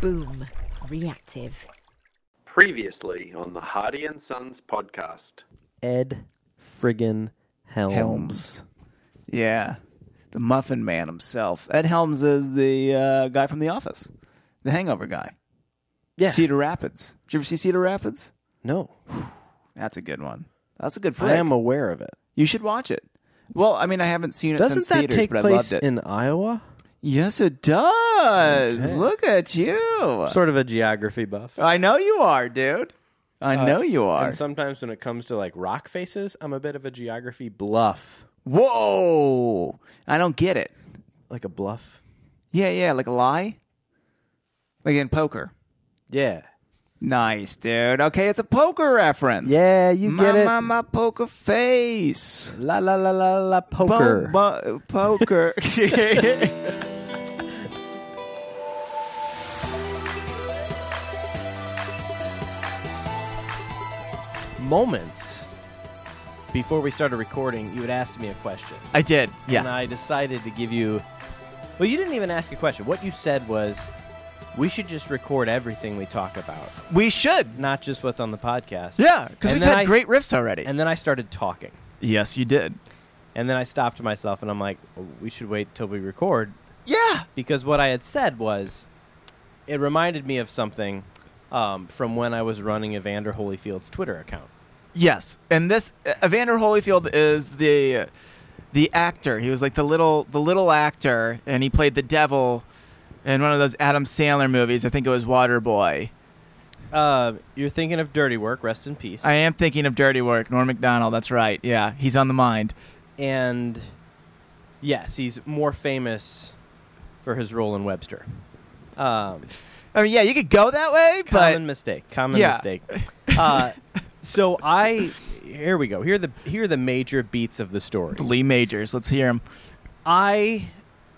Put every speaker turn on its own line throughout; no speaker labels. Boom. Reactive.
Previously on the Hardy and Sons podcast.
Ed friggin' Helms.
Helms. Yeah. The Muffin Man himself. Ed Helms is the uh, guy from The Office, the hangover guy.
Yeah.
Cedar Rapids. Did you ever see Cedar Rapids?
no,
That's a good one. That's a good flick.
I am aware of it.
you should watch it. Well, I mean, I haven't seen it
Doesn't
since
that
theaters,
take
but I
place
loved it.
in Iowa?
yes, it does.
Okay.
Look at you.
Sort of a geography buff.
I know you are, dude. I know you are.
Uh, And sometimes when it comes to like rock faces, I'm a bit of a geography bluff.
Whoa. I don't get it.
Like a bluff?
Yeah, yeah, like a lie. Like in poker.
Yeah.
Nice, dude. Okay, it's a poker reference.
Yeah, you
my,
get it.
My, my poker face.
La la la la la poker.
Bo- bo- poker.
Moments before we started recording, you had asked me a question.
I did.
And I decided to give you. Well, you didn't even ask a question. What you said was, we should just record everything we talk about,
We should.
not just what's on the podcast.
Yeah, because
And
we've
then
had
I s-
great riffs already.
And then I started talking.
yes, you did.
And then I stopped myself and I'm like, "Oh, we should wait till we record.
Yeah.
Because what I had said was, it reminded me of something um, from when I was running Evander Holyfield's Twitter account.
Yes. And this uh, Evander Holyfield is the the actor. He was like the little the little actor and he played the devil in one of those Adam Sandler movies. I think it was Waterboy.
Uh, you're thinking of Dirty Work, rest in peace.
I am thinking of Dirty Work, Norm Macdonald. That's right. Yeah, he's on the mind.
and yes, he's more famous for his role in Webster. Um,
I mean, yeah, you could go that way,
common
but
mistake. Common
Yeah.
mistake. Uh, so I here we go. Here are the here are the major beats of the story.
Lee Majors. Let's hear him.
I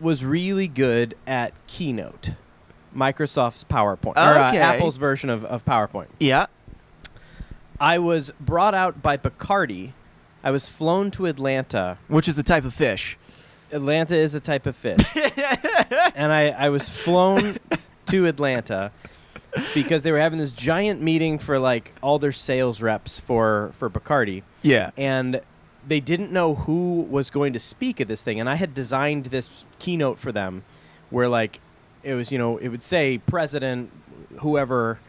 was really good at Keynote, Microsoft's PowerPoint, or uh,
Okay.
Apple's version of, of PowerPoint.
Yeah.
I was brought out by Bacardi. I was flown to Atlanta.
Which is the type of fish.
Atlanta is a type of fish. and I, I was flown to Atlanta because they were having this giant meeting for like all their sales reps for, for Bacardi.
Yeah.
and they didn't know who was going to speak at this thing and i had designed this keynote for them where like it was you know it would say president whoever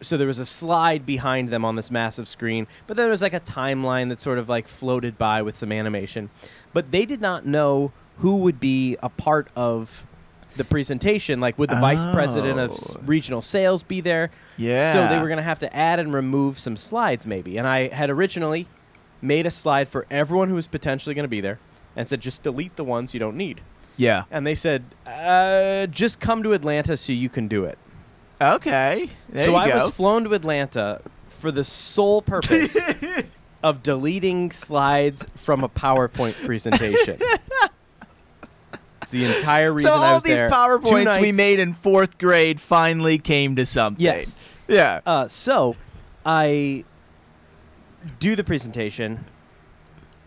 so there was a slide behind them on this massive screen but then there was like a timeline that sort of like floated by with some animation but they did not know who would be a part of the presentation like would the vice president of s-
Oh.
regional sales be there
Yeah.
so they were going to have to add and remove some slides, maybe. And I had originally made a slide for everyone who was potentially going to be there and said, just delete the ones you don't need.
Yeah.
And they said, uh, just come to Atlanta so you can do it.
Okay. There
so
you
I
go.
was flown to Atlanta for the sole purpose of deleting slides from a PowerPoint presentation. It's the entire reason
so
I
all
was
these
there. Two
powerpoints we
nights-
made in fourth grade finally came to something.
Yes.
Yeah.
Uh, so I do the presentation.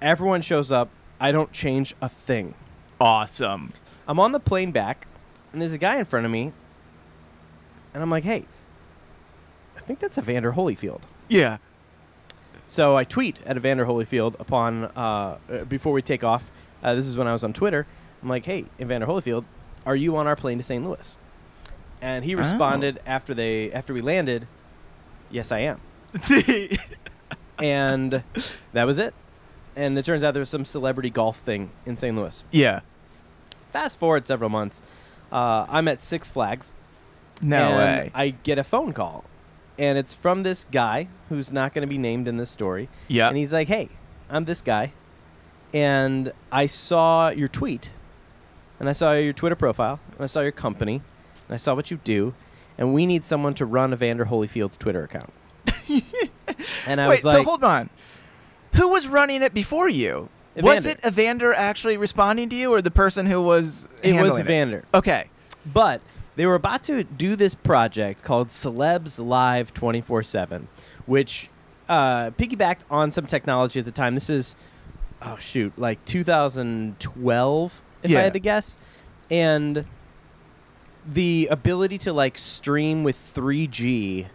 Everyone shows up. I don't change a thing.
awesome.
I'm on the plane back, and there's a guy in front of me, and I'm like, hey, I think that's Evander Holyfield.
Yeah.
So I tweet at Evander Holyfield upon uh, uh, before we take off. Uh, this is when I was on Twitter. I'm like, "Hey, Evander Holyfield, are you on our plane to St. Louis?" And he responded after they after we landed, "Yes, I am." and that was it. And it turns out there was some celebrity golf thing in St. Louis.
yeah.
Fast forward several months, uh, I'm at Six Flags
No
and
way.
I get a phone call, and it's from this guy who's not going to be named in this story.
Yeah.
and he's like, "Hey, I'm this guy, and I saw your tweet, and I saw your Twitter profile, and I saw your company, and I saw what you do, and we need someone to run Evander Holyfield's Twitter account." and I
Wait,
was like,
so hold on. Who was running it before you? Was
Evander.
it Evander actually responding to you or the person who was
"It was
handling
Evander."
Okay.
But they were about to do this project called Celebs Live 24 7, which uh, piggybacked on some technology at the time. This is, oh, shoot, like 2012, if I
Yeah.
had to guess. And the ability to like stream with 3G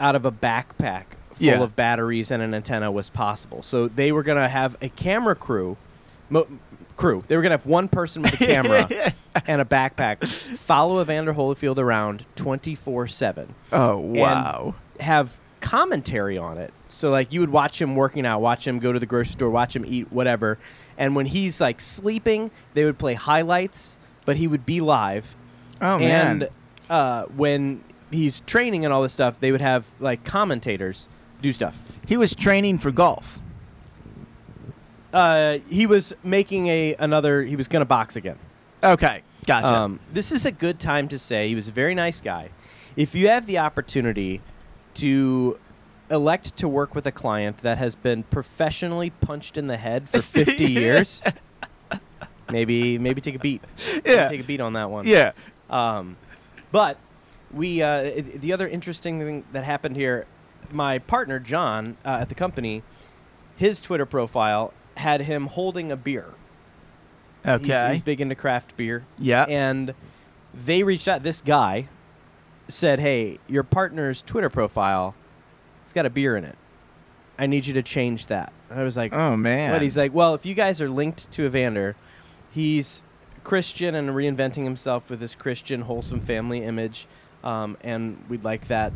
out of a backpack full
Yeah.
of batteries and an antenna was possible. So they were gonna have a camera crew, mo- crew. They were gonna have one person with a camera and a backpack follow Evander Holyfield around 24 seven
Oh
and
wow.
have commentary on it. So like you would watch him working out, watch him go to the grocery store, watch him eat whatever. And when he's like sleeping, they would play highlights, but he would be live.
oh man.
and uh, when he's training and all this stuff, they would have like commentators do stuff.
he was training for golf.
Uh, he was making a another. He was gonna box again.
Okay, gotcha.
Um, this is a good time to say he was a very nice guy. If you have the opportunity to elect to work with a client that has been professionally punched in the head for 50 years, maybe maybe take a beat.
Yeah.
Take a beat on that one.
yeah.
Um, but we uh, i- the other interesting thing that happened here, my partner John uh, at the company, his Twitter profile had him holding a beer.
Okay.
He's, he's big into craft beer.
Yeah.
And they reached out. This guy said, "Hey, your partner's Twitter profile, it's got a beer in it. I need you to change that." And I was like,
oh man.
"What?" He's like, "Well, if you guys are linked to Evander, he's Christian and reinventing himself with this Christian wholesome family image, um, and we'd like that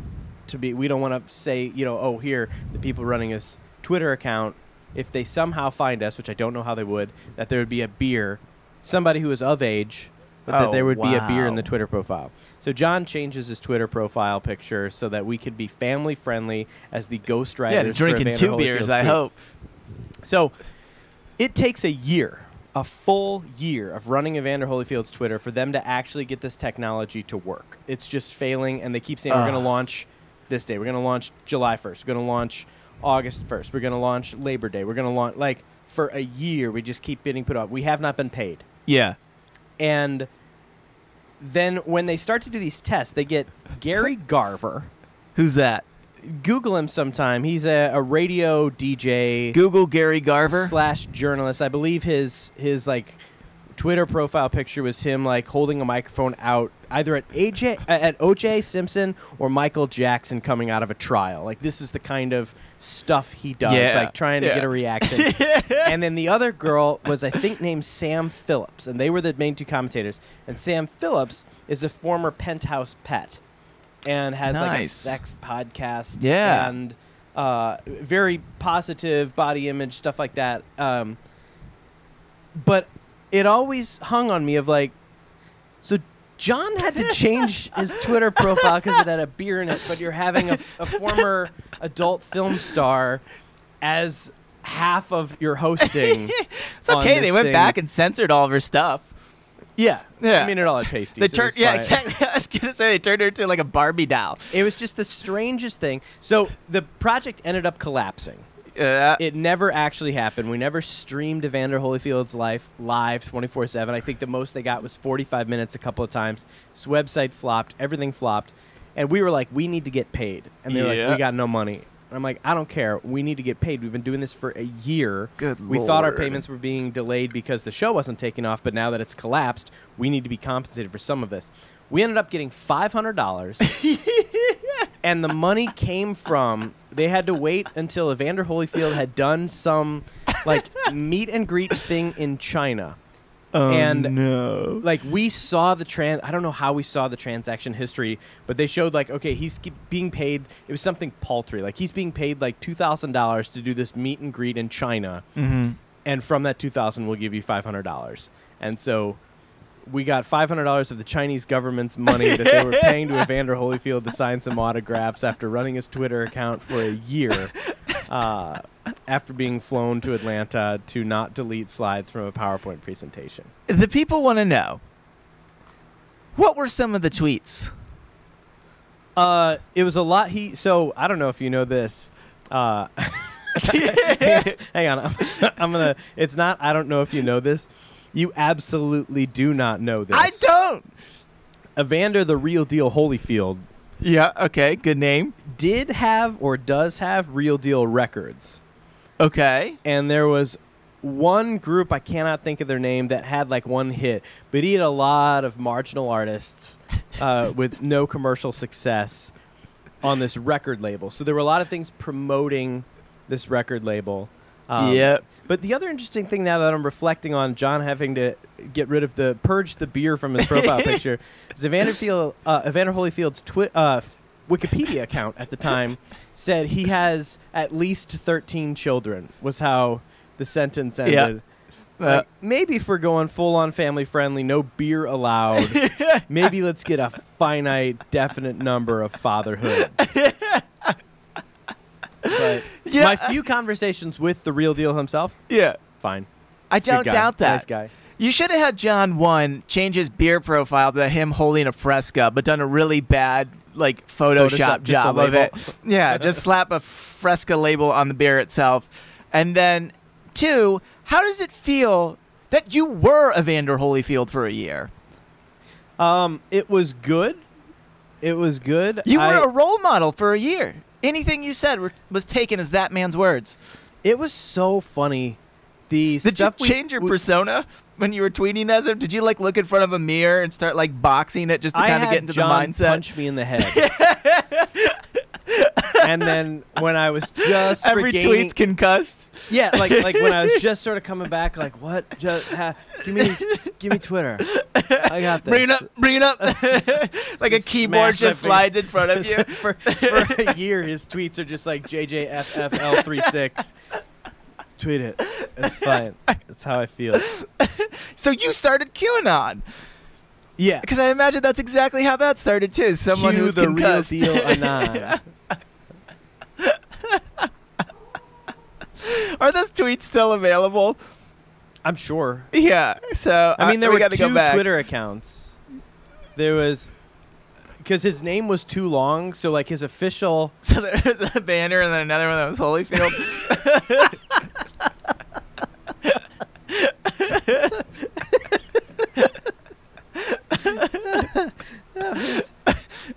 to be. We don't want to say, you know, oh, here the people running his Twitter account." If they somehow find us, which I don't know how they would, that there would be a beer, somebody who is of age, but that
Oh,
there would be a beer in
wow.
the Twitter profile. So John changes his Twitter profile picture so that we could be family friendly as the ghost
yeah,
riders. for
drinking
Evander
two
Holyfield's
beers. I
tweet.
hope.
So it takes a year, a full year of running Evander Holyfield's Twitter for them to actually get this technology to work. It's just failing, and they keep saying we're
Ugh.
going to launch this day, we're going to launch July 1st, we're going to launch August 1st, we're going to launch Labor Day, we're going to launch like for a year. We just keep getting put off. We have not been paid
Yeah.
and then when they start to do these tests, they get Gary Garver.
Who's that?
Google him sometime. He's a, a radio DJ
Google Gary Garver.
slash journalist. I believe his his like Twitter profile picture was him like holding a microphone out either at AJ uh, at OJ Simpson or Michael Jackson coming out of a trial. Like this is the kind of stuff he does.
Yeah.
Like trying to
Yeah.
get a reaction. and then the other girl was I think named Sam Phillips, and they were the main two commentators. And Sam Phillips is a former Penthouse pet, and has like a
Nice.
sex podcast.
Yeah.
and uh, very positive body image stuff like that. Um, but it always hung on me of like, so John had to change his Twitter profile because it had a beer in it, but you're having a, a former adult film star as half of your hosting.
it's okay.
on
They
this
went
thing.
back and censored all of her stuff.
yeah,
Yeah.
I mean, it all had pasties.
They
It
turned.
was
Yeah,
fine.
exactly. I was gonna say they turned her into like a Barbie doll.
It was just the strangest thing. So the project ended up collapsing.
Yeah.
it never actually happened. We never streamed Evander Holyfield's life live 24 7. I think the most they got was 45 minutes a couple of times. His website flopped, everything flopped. And we were like, we need to get paid. And they're
Yeah.
like, we got no money. And I'm like, I don't care. We need to get paid. We've been doing this for a year.
Good
We thought our
lord.
payments were being delayed because the show wasn't taking off, but now that it's collapsed, we need to be compensated for some of this. We ended up getting $500 and the money came from they had to wait until Evander Holyfield had done some like meet and greet thing in China.
oh
and-
no.
Like we saw the trans I don't know how we saw the transaction history, but they showed like okay, he's ke- being paid it was something paltry. Like he's being paid like $2,000 to do this meet and greet in China. And from that 2000 we'll give you $500. And so we got five hundred dollars of the Chinese government's money that they were paying to Evander Holyfield to sign some autographs after running his Twitter account for a year, uh, after being flown to Atlanta to not delete slides from a PowerPoint presentation.
The people want to know. What were some of the tweets?
Uh, it was a lot. He so I don't know if you know this. Uh, hang on, I'm, I'm gonna. It's not. I don't know if you know this. You absolutely do not know this.
I don't.
Evander, the real deal Holyfield,
Yeah. Okay. Good name.
did have or does have real deal records.
Okay.
And there was one group I cannot think of their name that had like one hit, but he had a lot of marginal artists uh, with no commercial success on this record label. So there were a lot of things promoting this record label. Um,
Yep.
But the other interesting thing now that I'm reflecting on John having to get rid of the purge the beer from his profile picture is Evander, Field, uh, Evander Holyfield's twi- uh, Wikipedia account at the time said he has at least 13 children, was how the sentence ended.
Uh,
Like, maybe if we're going full on family friendly, no beer allowed, maybe let's get a finite, definite number of fatherhood. But
Yeah.
my few conversations with the real deal himself,
yeah.
fine.
I
Good
don't
guy.
doubt that.
Nice guy.
You should have had John one change his beer profile to him holding a fresca, but done a really bad like
Photoshop,
Photoshop,
just
job
a
of it.
label.
Yeah, just slap a fresca label on the beer itself, and then two. How does it feel that you were Evander Holyfield for a year?
Um, it was good. It was good.
You were
I-
a role model for a year. Anything you said were, was taken as that man's words.
it was so funny. The
Did
stuff
you
we-
change your
we-
persona when you were tweeting as him? Did you like look in front of a mirror and start like boxing it just to
I
kind of
had
get into
John
the mindset?
Punch me in the head. and then when I was just
Every
regaining,
tweet's concussed.
yeah, like like when I was just sort of coming back, like what? Just, ha, give me give me Twitter. I got this.
Bring it up, bring it up. like a
Smash
keyboard just
my
slides in front of you.
for, for a year, his tweets are just like JJFFL36. Tweet it. It's fine. That's how I feel.
So you started QAnon.
Yeah.
Because I imagine that's exactly how that started too. Someone
Cue
who's
the real
concussed.
deal anon.
Are those tweets still available?
I'm sure.
Yeah. So
I mean, there
Uh, we
were
got to
two
go back.
Twitter accounts. There was because his name was too long, so like his official.
So there was a banner and then another one that was Holyfield.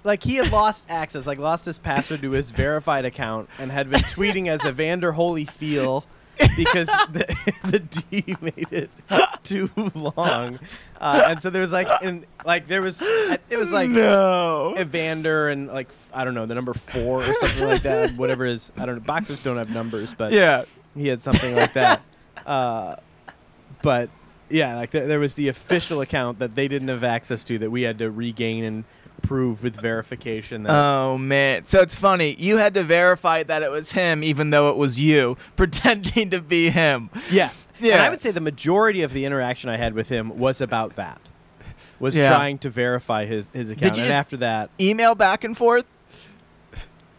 Like he had lost access, like lost his password to his verified account, and had been tweeting as Evander Holyfield because the, the D made it too long, uh, and so there was like, and like there was, it was like
no.
Evander and like f- I don't know the number four or something like that. Whatever it is I don't know. Boxers don't have numbers, but
yeah.
he had something like that. Uh, but yeah, like th- there was the official account that they didn't have access to that we had to regain and prove with verification. That
Oh man. So it's funny. You had to verify that it was him even though it was you pretending to be him.
yeah,
yeah.
And I would say the majority of the interaction I had with him was about that. Was
Yeah.
trying to verify his his account,
you
and
just-
after that,
Email back and forth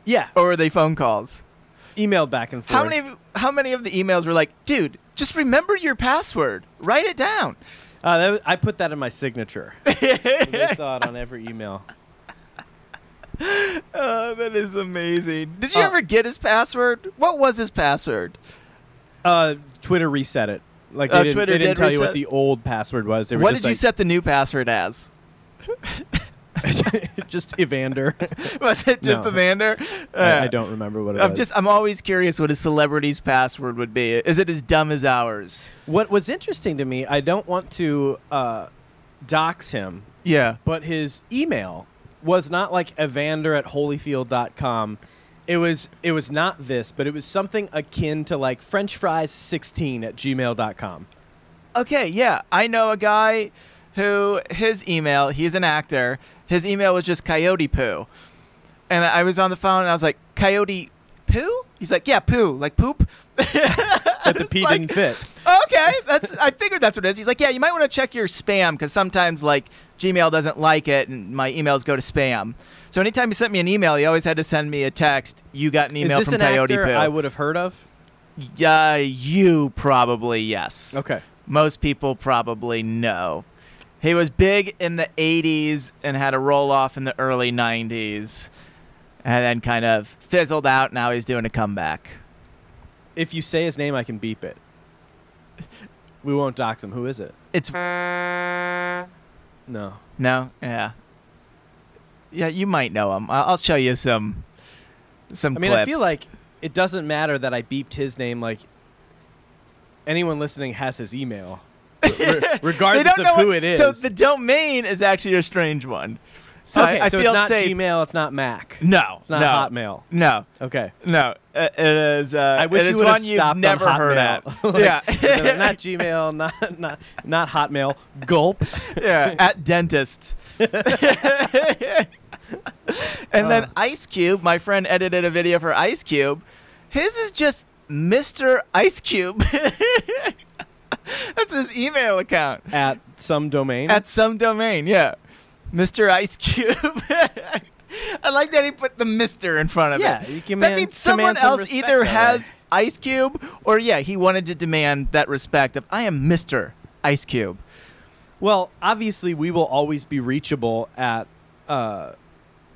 yeah,
or were they phone calls?
emailed back and forth.
How many of- how many of the emails were like, "Dude, just remember your password. Write it down."
Uh, that was, I put that in my signature. they saw it on every email.
Oh, that is amazing. Did you
Uh,
ever get his password? What was his password?
Uh, Twitter reset it. Like they
Uh,
didn't,
Twitter
they didn't
did
tell you
reset-
what the old password was. They were
What
just
did you set the new password as?
like, just Evander.
Was it just
No.
Evander?
I, I
Uh,
don't remember what it
I'm
was.
just I'm always curious what a celebrity's password would be. Is it as dumb as ours?
what was interesting to me. I don't want to uh, dox him,
Yeah.
but his email was not like Evander at Holyfield.com. It was it was not this, but it was something akin to like French fries sixteen at gmail.com.
Okay, yeah. I know a guy who his email, he's an actor, his email was just coyote poo. And I was on the phone and I was like, Coyote poo? He's like, Yeah, poo, like poop.
But the P
like-
didn't fit.
okay, that's I figured that's what it is. He's like, Yeah, you might want to check your spam because sometimes like Gmail doesn't like it and my emails go to spam. So anytime he sent me an email, he always had to send me a text. You got an
Is
email
this
from
an
Coyote
actor
Poo.
I would have heard of?
Uh, you probably yes.
Okay.
Most people probably know. He was big in the 80s and had a roll off in the early 90s and then kind of fizzled out. Now he's doing a comeback.
If you say his name, I can beep it. We won't dox him. Who is it?
It's
No.
no, yeah. Yeah, you might know him. I- I'll show you some some
I mean, I feel
clips.
like it doesn't matter that I beeped his name. Like, anyone listening has his email, re-
They
regardless
don't
of
know
who
what-
it is.
So the domain is actually a strange one. So
okay,
I, I
so
feel
it's not
safe.
Gmail, it's not Mac.
No,
It's not
no,
Hotmail.
No,
Okay.
no. Uh, it is. Uh,
I wish
it is
you would
one
have stopped
you've never
on Hotmail.
heard at.
Like,
yeah,
no, not Gmail, not not not Hotmail. Gulp.
yeah, at dentist. and
Uh.
then Ice Cube, my friend edited a video for Ice Cube. His is just Mr. Ice Cube. That's his email account
at some domain.
at some domain. Yeah, Mr. Ice Cube. I like that he put the Mister in front of
Yeah,
it.
you
that
command-
means someone
command some
else
respect
either
that
has
way.
Ice Cube or yeah, he wanted to demand that respect of I am Mister Ice Cube.
well, obviously, we will always be reachable at uh,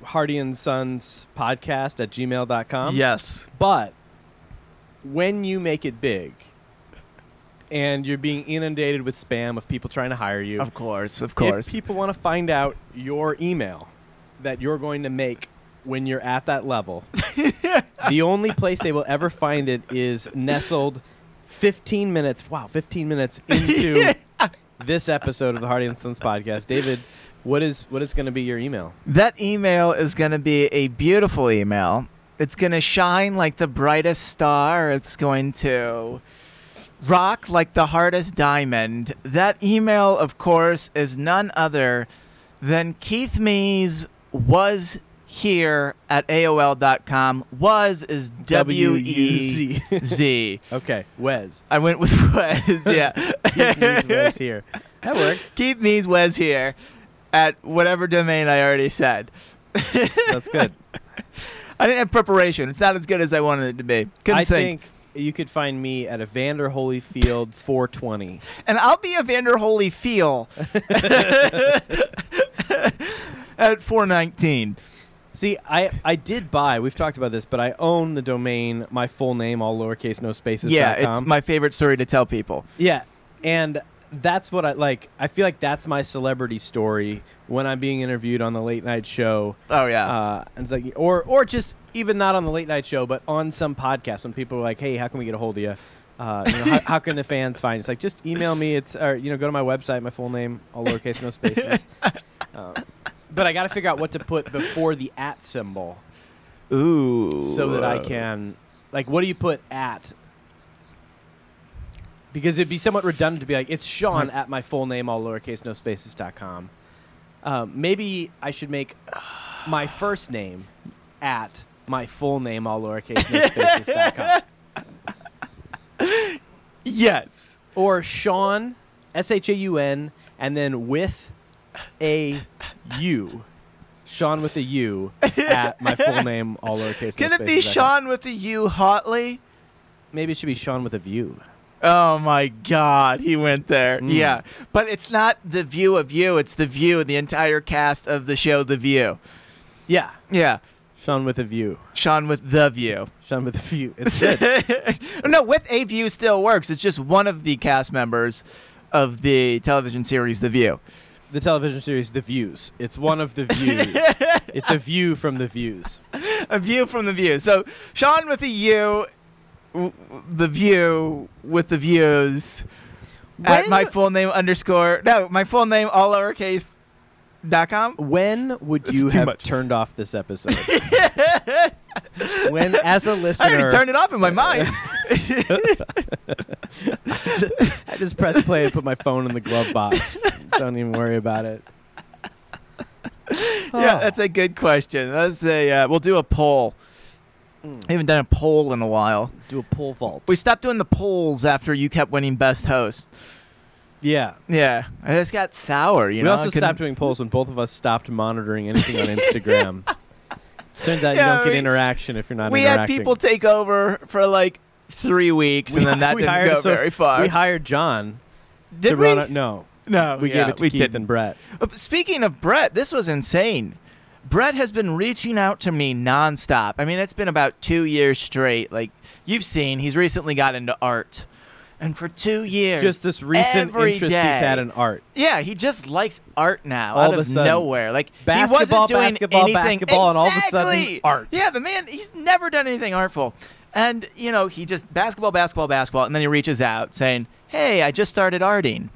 Hardy and Sons podcast at gmail.com.
yes.
But when you make it big and you're being inundated with spam of people trying to hire you,
Of course, of course.
if people want to find out your email that you're going to make when you're at that level, the only place they will ever find it is nestled 15 minutes, wow, 15 minutes into this episode of the Hardy and Sons podcast. David, what is what is going to be your email?
That email is going to be a beautiful email. It's going to shine like the brightest star. It's going to rock like the hardest diamond. That email, of course, is none other than Keith Mees was here at AOL.com. Was is W E Z.
Okay, Wes.
I went with was, yeah.
Please, Wes here. That works.
Keith Mees was here at whatever domain I already said.
That's good.
I didn't have preparation. It's not as good as I wanted it to be. Couldn't
I think you could find me at Evander Holyfield 420.
And I'll be Evander Holyfield at 419.
See, I, I did buy. We've talked about this, but I own the domain. My full name, all lowercase, no spaces.
yeah,
dot
it's
com.
my favorite story to tell people.
yeah, and that's what I like. I feel like that's my celebrity story when I'm being interviewed on the late night show,
Oh, yeah.
uh, and it's like, or or just even not on the late night show, but on some podcast when people are like, "Hey, how can we get a hold of you?" Uh, you know, how, how can the fans find? you?" It's like just email me. It's or you know, go to my website, my full name, all lowercase, no spaces. Uh, but I got to figure out what to put before the at symbol
Ooh.
Uh,
uh,
so that I can like what do you put at because it'd be somewhat redundant to be like it's Sean at my full name all lowercase no spaces dot com. Um, maybe I should make my first name at my full name all lowercase no spaces dot com
Yes.
or Sean S H A U N and then with a U. Sean with a U at my full name all lowercase.
Can
no
it be
spaces dot com.
Sean with the U Hotley?
Maybe it should be Sean with a view.
Oh my God, he went there.
Mm.
Yeah, but it's not the view of you; it's the view, the entire cast of the show, The View.
Yeah.
Yeah,
Sean with a view.
Sean with The View.
Sean with a view. It's good.
no, with a view still works. It's just one of the cast members of the television series The View.
the television series The Views. It's one of the view. it's a view from the views.
A view from the view. So Sean with the U, w- the view with the views at
When-
my full name underscore no my full name all lowercase dot com.
When would
This
you
is too
have
much.
turned off this episode? when, as a
I
listener,
already turned it off in my mind.
I just press play and put my phone in the glove box. Don't even worry about it. Ah,
yeah, that's a good question. That's a uh, we'll do a poll. I haven't done a poll in a while.
do a pole vault.
We stopped doing the polls after you kept winning best host.
yeah.
Yeah, I just got sour. You
we
know, I
also
couldn't-
stopped doing polls when both of us stopped monitoring anything on Instagram. Turns out
Yeah,
you don't get
we-
interaction if you're not
We had
interacting.
people take over for like three weeks, and then that
we
didn't
hired
go
so-
very far.
We hired John
Did
to
we?
run it. No,
no,
Oh, we
yeah,
gave it to
we
Keith
didn't.
and Brett.
Uh, but Speaking of Brett, this was insane. Brett has been reaching out to me nonstop. I mean, it's been about two years straight. Like you've seen, he's recently got into art, and for two years,
Just this recent
every
interest
day-
he's had in art.
Yeah, he just likes art now
All
out
of a
of
sudden.
nowhere. Like he
Basketball,
wasn't doing
basketball,
anything.
basketball, and all of a sudden,
Exactly.
art.
Yeah, the man, he's never done anything artful. And, you know, he just basketball, basketball, basketball. And then he reaches out saying, Hey, I just started arting.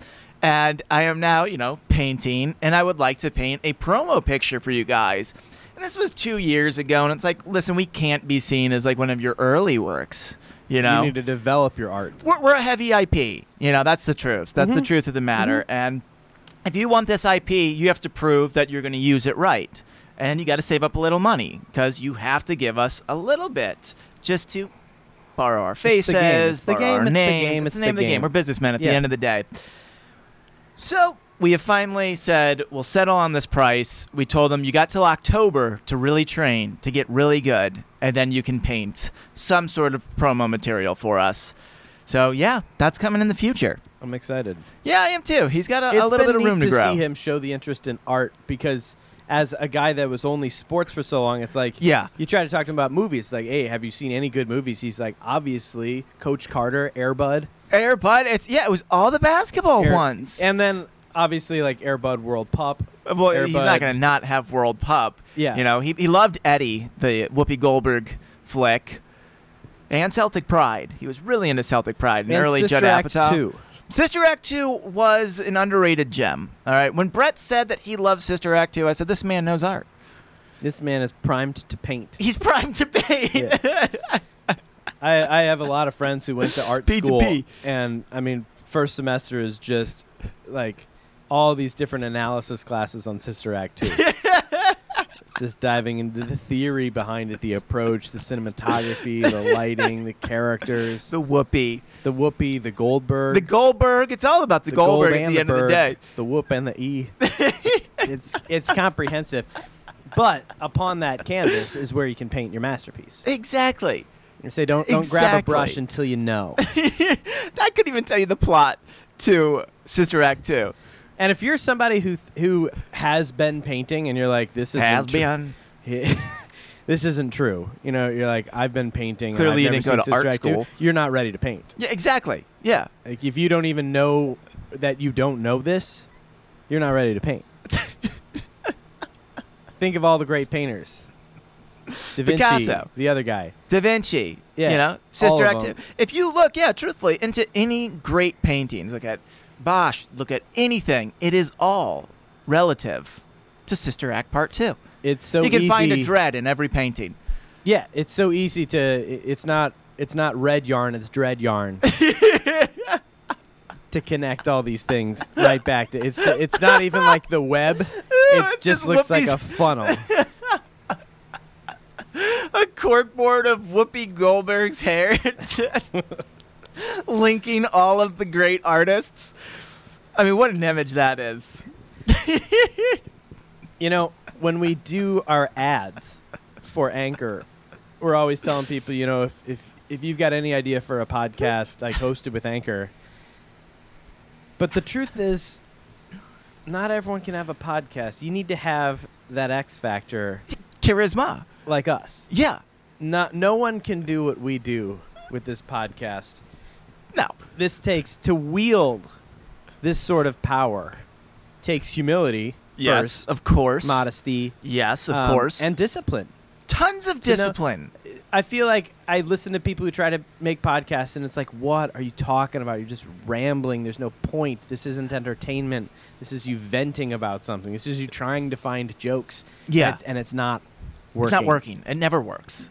And I am now, you know, painting. And I would like to paint a promo picture for you guys. And this was two years ago. And it's like, listen, we can't be seen as like one of your early works. You know,
You need to develop your art.
we're, we're a heavy IP. You know, that's the truth. That's
Mm-hmm.
the truth of the matter. And if you want this IP, you have to prove that you're going to use it right. And you got to save up a little money because you have to give us a little bit just to borrow our
game.
faces,
It's the
borrow
game,
our
it's the
names.
game,
it's the name of the game. We're businessmen at
Yeah.
the end of the day. So we have finally said we'll settle on this price. We told them you got till October to really train, to get really good, and then you can paint some sort of promo material for us. So yeah, that's coming in the future.
I'm excited.
Yeah, I am too. He's got a,
It's
a little
been
bit of
neat
room to,
to,
grow.
see him show the interest in art because as a guy that was only sports for so long, it's like
Yeah.
You try to talk to him about movies, like, hey, have you seen any good movies? He's like, obviously, Coach Carter, Airbud,
Airbud, it's yeah, it was all the basketball
Air-
ones.
and then obviously like Airbud World Pup.
well,
Air
he's
Bud.
not gonna not have World Pup.
Yeah.
you know he he loved Eddie, the Whoopi Goldberg flick, and Celtic Pride. He was really into Celtic Pride and,
And
early
Sister
Judd
Act
Apatow.
2.
Sister Act 2 was an underrated gem. All right. When Brett said that he loved Sister Act 2, I said, this man knows art.
This man is primed to paint.
He's primed to paint.
Yeah. I, I have a lot of friends who went to art
P to
school,
P.
and I mean, first semester is just like all these different analysis classes on Sister Act Two. it's just diving into the theory behind it, the approach, the cinematography, the lighting, the characters, the,
the whoopee.
Whoopi, the Goldberg,
The Goldberg. It's all about the,
Gold
Goldberg at
and
the end of the
Berg,
day.
the Whoop and the E. it's it's comprehensive, but upon that canvas is where you can paint your masterpiece.
Exactly.
You say don't don't grab a brush
Exactly.
until you know.
I couldn't even tell you the plot to Sister Act 2.
And if you're somebody who who has been painting and you're like, this isn't
Has
tru-
been.
this isn't true. You know, you're like, I've been painting.
Clearly
and I've
you
never
didn't go
seen Sister
to art
Act 2,"
school.
You're not ready to paint.
Yeah, exactly. Yeah.
Like if you don't even know that you don't know this, you're not ready to paint. Think of all the great painters. Da Vinci,
Picasso.
the other guy.
Da Vinci.
Yeah,
You know,
all
Sister
of
Act 2.
them.
If you look, yeah, truthfully, into any great paintings, look at Bosch, look at anything, it is all relative to Sister Act Part 2.
It's so
you can find a
easy-
dread in every painting.
Yeah, it's so easy to. i- It's not. It's not red yarn. It's dread yarn. to connect all these things right back to it's. It's not even like the web. It
It
just,
just
looks like
whoopies.
a funnel.
A corkboard of Whoopi Goldberg's hair just linking all of the great artists. I mean, what an image that is.
You know, when we do our ads for Anchor, we're always telling people, you know, if if if you've got any idea for a podcast, like hosted with Anchor. But the truth is, not everyone can have a podcast. You need to have that X factor
Charisma.
like us.
Yeah.
Not no one can do what we do with this podcast.
No.
This takes to wield this sort of power takes humility,
First,
first,
of course.
modesty,
Yes, of
um,
course.
and discipline.
tons of
know-
discipline.
I feel like I listen to people who try to make podcasts, and it's like, what are you talking about? You're just rambling. There's no point. This isn't entertainment. This is you venting about something. This is you trying to find jokes.
Yeah.
and it's, and it's not working.
It's not working. It never works.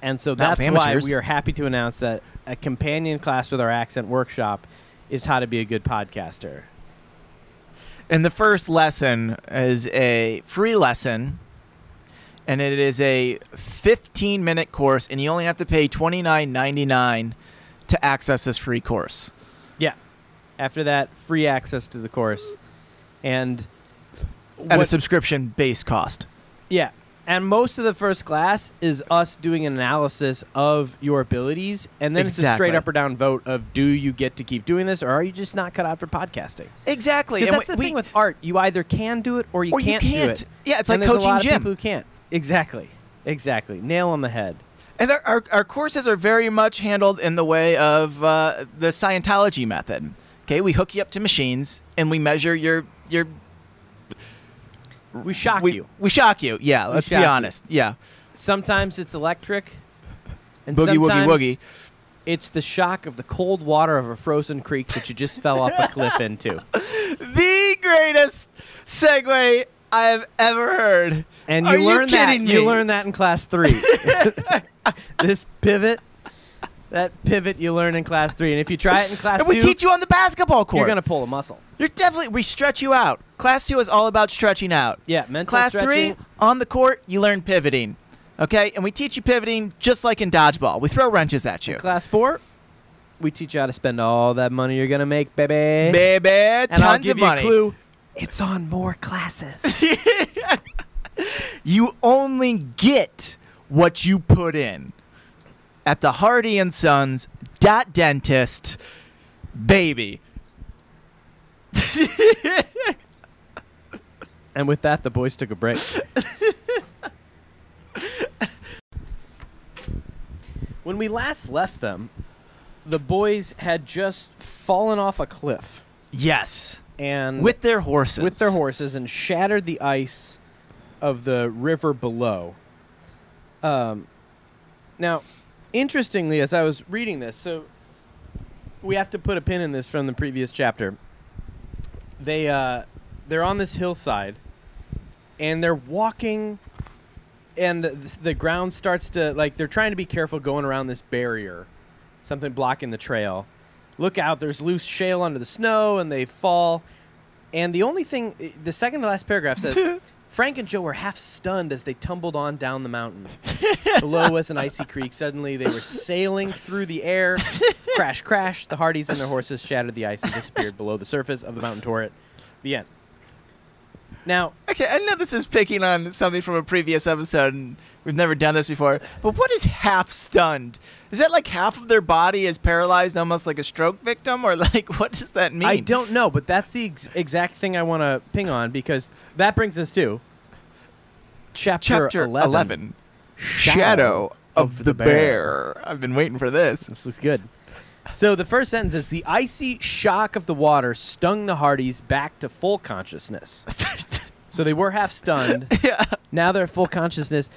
And so
Not
that's
for
why
amateurs.
we are happy to announce that a companion class with our accent workshop is how to be a good podcaster.
And the first lesson is a free lesson, and it is a 15 minute course, and you only have to pay $29.99 to access this free course.
Yeah. After that, free access to the course. And
At a
what-
subscription based cost.
Yeah. And most of the first class is us doing an analysis of your abilities. And then it's a straight
Exactly.
up or down vote of do you get to keep doing this or are you just not cut out for podcasting?
Exactly.
Because that's the thing with art. You either can do it or you
Or you
can't,
can't.
do it.
Yeah, it's
And
like
there's
coaching
a lot
gym.
Of people who can't. Exactly. Exactly. Nail on the head.
And our, our, our courses are very much handled in the way of uh, the Scientology method. Okay, we hook you up to machines and we measure your your.
We shock
we,
you.
We shock you. Yeah, let's be
shock you.
honest. Yeah.
Sometimes it's electric. And
Boogie woogie
sometimes
woogie.
It's the shock of the cold water of a frozen creek that you just fell off a cliff into.
the greatest segue I have ever heard.
And
Are
you learn that
kidding
you
me?
learn that in class three. this pivot, that pivot you learn in class three, and if you try it in class
And we
two,
teach you on the basketball court.
you're gonna pull a muscle.
You're definitely we stretch you out. Class two is all about stretching out.
Yeah, mental
Class
stretching.
three on the court, you learn pivoting. Okay, and we teach you pivoting just like in dodgeball. We throw wrenches at you,
Class four, we teach you how to spend all that money you're gonna make, baby.
baby.
and
tons
I'll give
of
you
money.
a clue. It's on more classes.
You only get what you put in. At the Hardy and Sons dot dentist, baby.
and with that, the boys took a break. when we last left them, the boys had just fallen off a cliff
Yes,
and
with their horses.
with their horses and shattered the ice of the river below. Um, now, interestingly, as I was reading this, so we have to put a pin in this from the previous chapter. They uh, they're on this hillside, and they're walking, and the, the ground starts to like they're trying to be careful going around this barrier, something blocking the trail. Look out! There's loose shale under the snow, and they fall. And the only thing, eh, the second to last paragraph says, Frank and Joe were half stunned as they tumbled on down the mountain. Below was an icy creek. Suddenly, they were sailing through the air. Crash, crash. The Hardys and their horses shattered the ice and disappeared below the surface of the mountain turret. The end. Now,
Okay, I know this is picking on something from a previous episode, and we've never done this before. But what is half stunned? Is that like half of their body is paralyzed, almost like a stroke victim, or like what does that mean?
I don't know, but that's the ex- exact thing I want to ping on because that brings us to chapter,
Chapter
11.
eleven, Shadow of, the bear. I've been waiting for this.
This looks good. So the first sentence is the icy shock of the water stung the Hardys back to full consciousness. So they were half stunned.
yeah,
Now they're at full consciousness.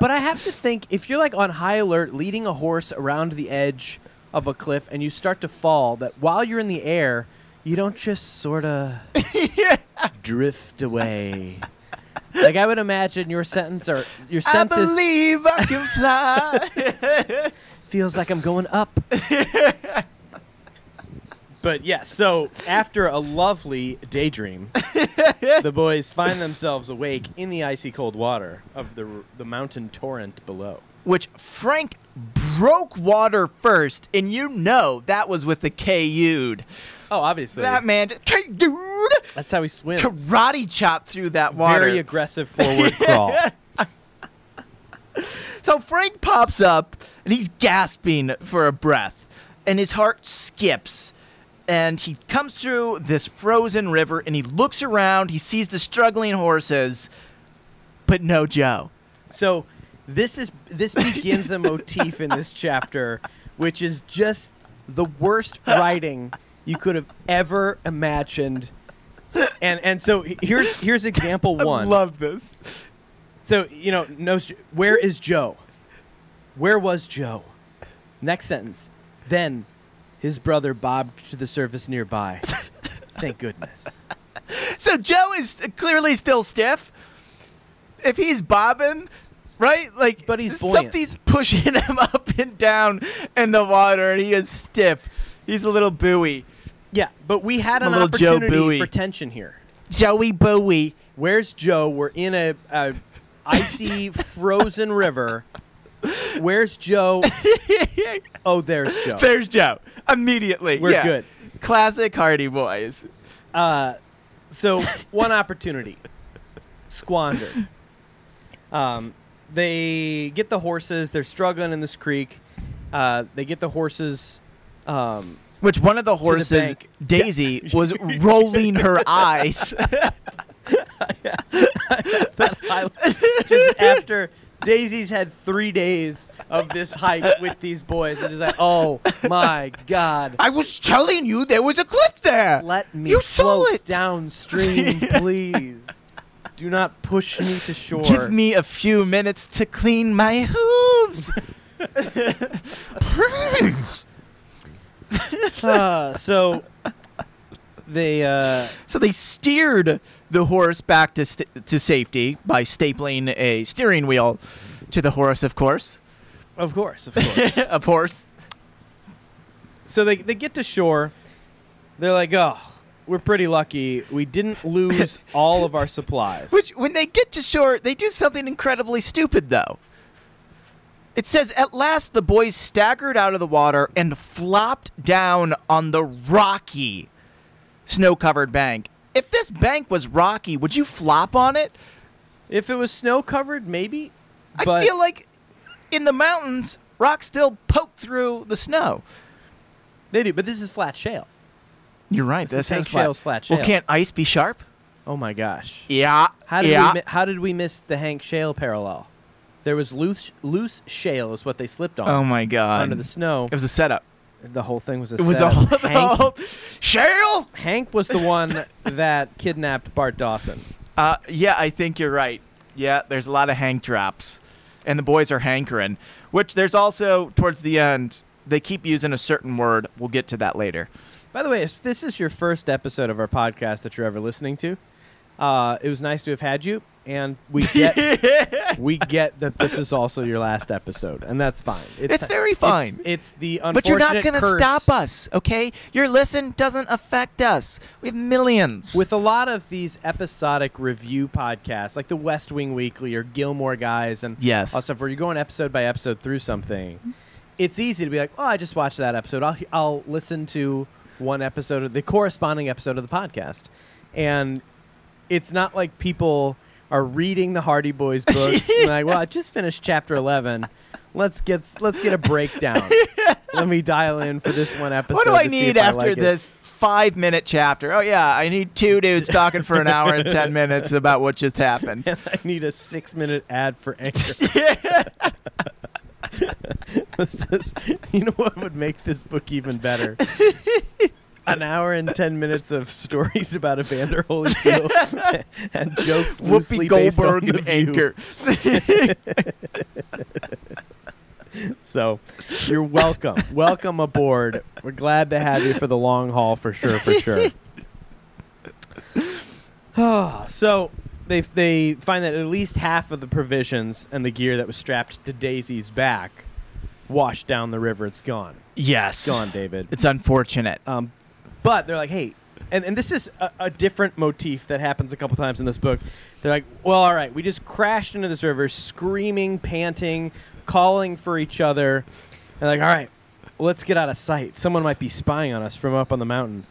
But I have to think if you're like on high alert leading a horse around the edge of a cliff and you start to fall, that while you're in the air, you don't just sort of drift away. Like I would imagine your sentence or your
I
senses
believe I can fly.
feels like I'm going up. but yeah, so after a lovely daydream, the boys find themselves awake in the icy cold water of the the mountain torrent below.
Which Frank broke water first, and you know that was with the KU'd.
Oh, obviously.
That man, just, KU'd.
that's how he swims.
karate chop through that water.
Very aggressive forward crawl.
so Frank pops up and he's gasping for a breath, and his heart skips. And he comes through this frozen river and he looks around. He sees the struggling horses, but no Joe.
So this is this begins a motif in this chapter, which is just the worst writing you could have ever imagined. And and so he- here's here's example one.
Love this.
so you know, no, s- where is Joe? Where was Joe? Next sentence. Then his brother bobbed to the surface nearby. Thank goodness.
So Joe is clearly still stiff. If he's bobbing, right? Like,
But he's buoyant.
something's pushing him up and down in the water, and he is stiff. He's a little buoy.
Yeah, but we had
My
an
little Joe
opportunity
Bowie.
for tension here.
Joey Bowie.
Where's Joe? We're in a, a icy, frozen river. Where's Joe? Oh, there's Joe.
There's Joe. Immediately.
We're
yeah.
good.
Classic Hardy Boys.
Uh, so one opportunity squandered. Um, they get the horses. They're struggling in this creek. Uh, they get the horses. Um,
Which one of the horses,
bank.
Daisy, was rolling her eyes.
I- just after Daisy's had three days of this hike with these boys, and she's like, "Oh my god."
I was telling you there was a cliff there.
Let me
You saw
float
it.
downstream, please. Do not push me to shore.
Give me a few minutes to clean my hooves.
Uh, so they uh,
So they steered the horse back to st- to safety by stapling a steering wheel to the horse, of course.
of course, of course.
of course.
so they they get to shore. They're like, "Oh, we're pretty lucky. We didn't lose all of our supplies."
Which, when they get to shore, they do something incredibly stupid, though. It says, At last the boys staggered out of the water and flopped down on the rocky, snow covered bank. If this bank was rocky, would you flop on it?
if it was snow covered, maybe.
I
But
feel like in the mountains, rocks still poke through the snow.
they do. But this is flat shale.
You're right.
It's the
This
tank
is flat.
shale's flat
Well,
shale.
can't ice be sharp?
Oh my gosh.
Yeah.
How did
yeah.
we mi- how did we miss the Hank Shale parallel? There was loose loose shale is what they slipped on
oh my god.
under the snow.
It was a setup.
the whole thing was a
It was a
setup.
whole,
Hank,
the whole shale.
Hank was the one that kidnapped Bart Dawson.
Uh, yeah, I think you're right. Yeah, there's a lot of hank drops, and the boys are hankering. Which there's also towards the end, they keep using a certain word. We'll get to that later.
By the way, if this is your first episode of our podcast that you're ever listening to, uh, it was nice to have had you, and we get we get that this is also your last episode, and that's fine.
It's very fine.
It's, it's the unfortunate
But you're not going to
curse
stop us, okay? Your listen doesn't affect us. We have millions.
With a lot of these episodic review podcasts, like the West Wing Weekly or Gilmore Guys, and
Yes.
all stuff where you're going episode by episode through something, it's easy to be like, "Oh, I just watched that episode. I'll I'll listen to one episode of the corresponding episode of the podcast," and it's not like people are reading the Hardy Boys books and like, "Well, I just finished chapter eleven. Let's get let's get a breakdown. Let me dial in for this one episode."
what do I
to see
need
if
after
like it."
this five minute chapter? Oh, yeah, I need two dudes talking for an hour and 10 minutes about what just happened.
I need a six minute ad for Anchor. this is, you know what would make this book even better? An hour and ten minutes of stories about Evander Holyfield and jokes loosely
Whoopi
based on
Goldberg
The
and
View.
Anchor.
So you're welcome, welcome aboard. We're glad to have you for the long haul, for sure, for sure. so they they find that at least half of the provisions and the gear that was strapped to Daisy's back washed down the river. It's gone,
Yes.
gone, David.
It's unfortunate.
Um, but they're like, hey, and, and this is a, a different motif that happens a couple times in this book. They're like, well, all right, we just crashed into this river, screaming, panting, calling for each other. And like, all right, let's get out of sight. Someone might be spying on us from up on the mountain.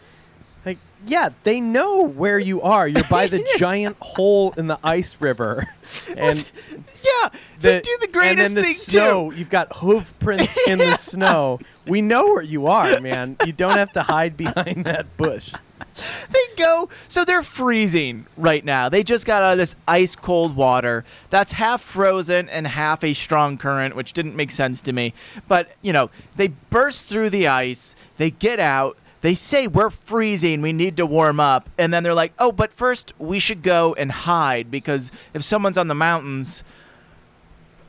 Like, yeah, they know where you are. You're by the giant hole in the ice river. And
Yeah,
the,
they do the greatest
and then the
thing
snow, You've got hoof prints in the snow. We know where you are, man. You don't have to hide behind that bush.
too. They go, so they're freezing right now. They just got out of this ice cold water that's half frozen and half a strong current, which didn't make sense to me. But you know, they burst through the ice. They get out. They say we're freezing. We need to warm up. And then they're like, oh, but first we should go and hide because if someone's on the mountains.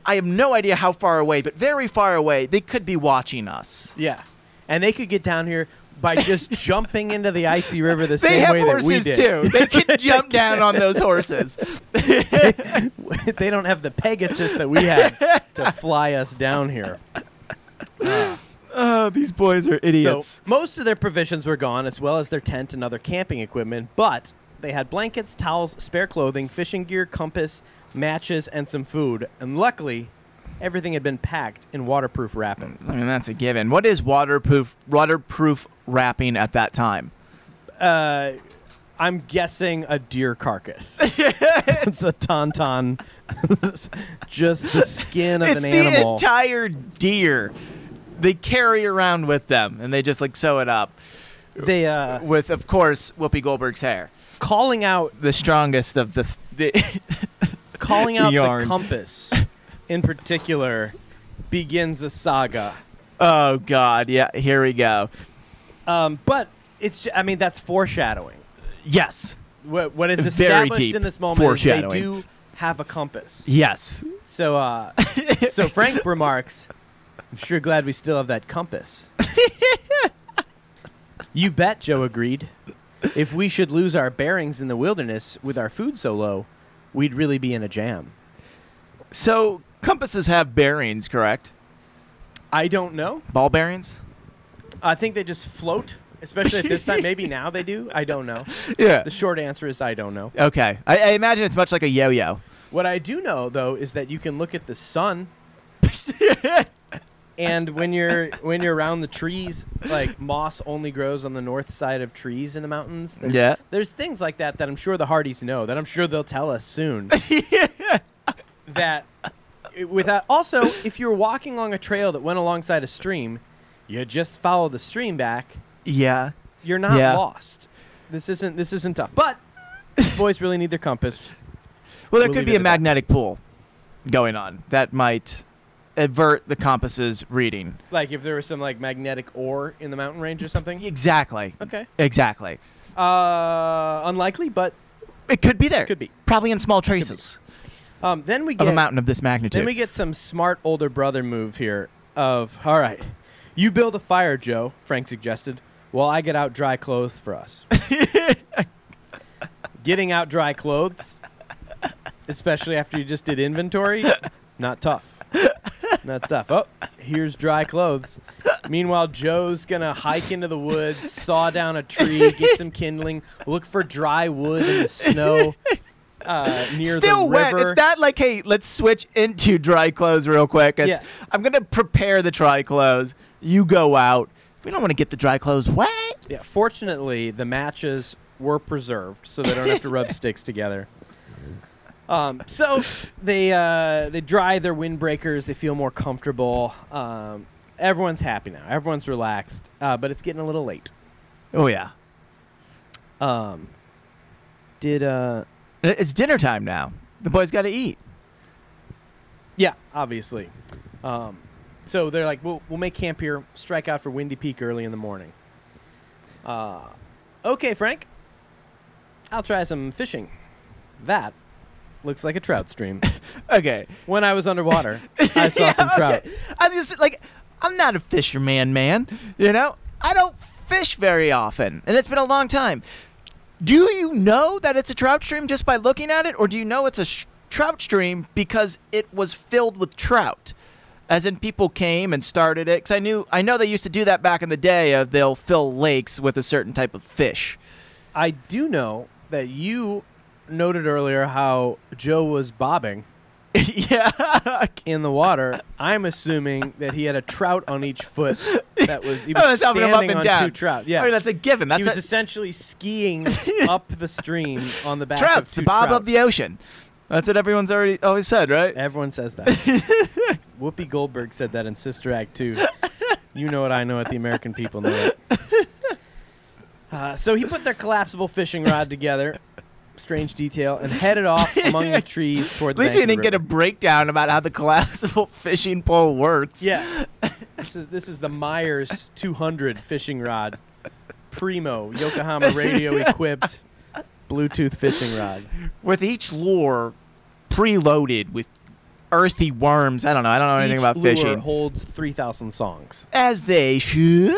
I have no idea how far away, but very far away, they could be watching us.
Yeah, and they could get down here by just jumping into the icy river the
They
same
have
way
horses
that we
too.
did.
They can jump down on those horses.
Too. they don't have the Pegasus that we had to fly us down here.
Oh, these boys are
So most of their provisions were gone, as well as their tent and other camping equipment, but they had blankets, towels, spare clothing, fishing gear, compass, matches, and some food. And luckily, everything had been packed in waterproof wrapping.
I mean, that's a given. What is waterproof waterproof wrapping at that time? Mm.
Uh, I'm guessing a deer carcass. it's a tauntaun, just the skin of
it's
an
the
animal.
entire deer they carry around with them, and they just like sew it up
they uh,
with, of course, Whoopi Goldberg's hair,
calling out
the strongest of the. Th- the
calling out the
Yarn.
compass in particular begins a saga.
oh God, yeah, here we go.
Um, but it's, I mean, that's foreshadowing.
Yes,
What, what is
Very
established
deep
in this moment is they
foreshadowing.
do have a compass.
yes.
So, uh, so Frank remarks, I'm sure glad we still have that compass. you bet, Joe agreed. If we should lose our bearings in the wilderness with our food so low, we'd really be in a jam.
So compasses have bearings, correct?
I don't know.
Ball bearings.
I think they just float, especially at this time. Maybe now they do. I don't know.
Yeah.
The short answer is I don't know.
Okay. I, I imagine it's much like a yo-yo.
What I do know, though, is that you can look at the sun, and when you're when you're around the trees, like moss only grows on the north side of trees in the mountains. There's,
Yeah.
there's things like that that I'm sure the Hardys know. That I'm sure they'll tell us soon. That it- without also, if you're walking along a trail that went alongside a stream, you just follow the stream back.
yeah.
You're not
Yeah.
lost. This isn't this isn't tough. But these boys really need their compass.
Well, there
We'll
could
leave
be
it
a
at that.
magnetic pull going on that might avert the compass's reading.
Like if there was some like magnetic ore in the mountain range or something.
Exactly.
Okay.
Exactly.
Uh, unlikely, but
It could be there.
Could be.
Probably in small traces
um, then we
of
get
a mountain of this magnitude.
then we get some smart older brother move here. Of all right, you build a fire, Joe. Frank suggested. While I get out dry clothes for us. Getting out dry clothes, especially after you just did inventory, not tough. Not tough. Oh, here's dry clothes. Meanwhile, Joe's gonna hike into the woods, saw down a tree, get some kindling, look for dry wood in the snow uh, near the
Still wet.
river.
It's not like, hey, let's switch into dry clothes real quick. It's,
Yeah.
I'm going to prepare the dry clothes. You go out. We don't want to get the dry clothes wet.
Yeah, fortunately, the matches were preserved, so they don't have to rub sticks together. Um, so they uh, they dry their windbreakers. They feel more comfortable. Um, everyone's happy now. Everyone's relaxed. Uh, but it's getting a little late.
Oh, yeah.
Um, did uh,
It's dinner time now. The boys got to eat.
yeah, obviously. Um, so they're like, we'll we'll make camp here. Strike out for Windy Peak early in the morning. Uh, okay, Frank. I'll try some fishing. That looks like a trout stream.
Okay.
When I was underwater, I saw
Yeah,
some
okay.
trout.
I was just like, I'm not a fisherman, man. You know, I don't fish very often, and it's been a long time. Do you know that it's a trout stream just by looking at it, or do you know it's a sh- trout stream because it was filled with trout? As in, people came and started it. Because I knew, I know they used to do that back in the day. Of they'll fill lakes with a certain type of fish.
I do know that you noted earlier how Joe was bobbing
yeah,
in the water. I'm assuming that he had a trout on each foot. That was he
I
was
was helping 'em
standing
up and
on
down.
two trout. Yeah,
I mean, that's a given. That's
he was
a,
essentially skiing up the stream on the back of
trouts,
two
the bob
trout.
of the ocean. That's what everyone's already always said, right?
Everyone says that. Whoopi Goldberg said that in Sister Act 2. You know what I know what the American people know it. Uh, so he put their collapsible fishing rod together, strange detail, and headed off among the trees toward
At
the
least we
bank of
didn't
the
get a
river.
breakdown about how the collapsible fishing pole works.
Yeah. This is, this is the Myers 200 fishing rod. Primo, Yokohama radio equipped Bluetooth fishing rod.
With each lure preloaded with earthy worms. I don't know. I don't know anything
Each
about
lure
fishing.
holds 3,000 songs.
As they should.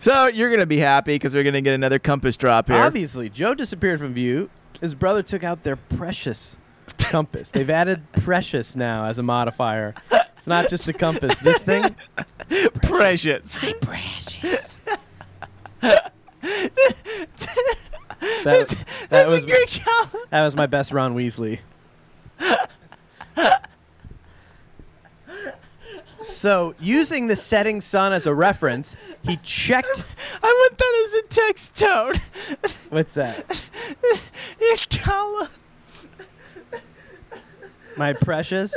so you're going to be happy because we're going to get another compass drop here.
Obviously, Joe disappeared from view. His brother took out their precious compass. They've added precious now as a modifier. It's not just a compass. This thing,
Precious.
My precious.
that, that
That's
was
a great job.
that was my best Ron Weasley. So, using the setting sun as a reference, he checked.
I want that as a text tone.
What's that?
It's column.
My precious.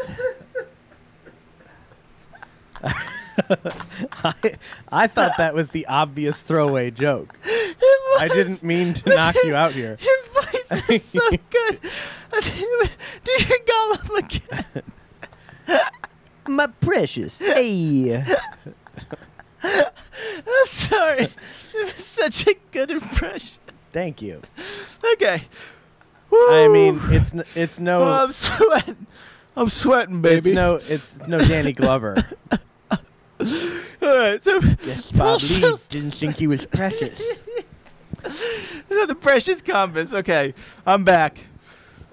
I, I thought that was the obvious throwaway joke. I didn't mean to knock you out here.
Your voice is so good. Do your gollum again.
My precious. Hey.
I'm sorry. It was such a good impression.
Thank you.
Okay.
I
Woo.
mean, it's n- it's
Oh,
no
I'm sweating. I'm sweating,
It's
baby.
no, it's no Danny Glover.
All right, so
yes,
Bob Lee Precious.
didn't think he was precious.
so the precious compass. Okay, I'm back.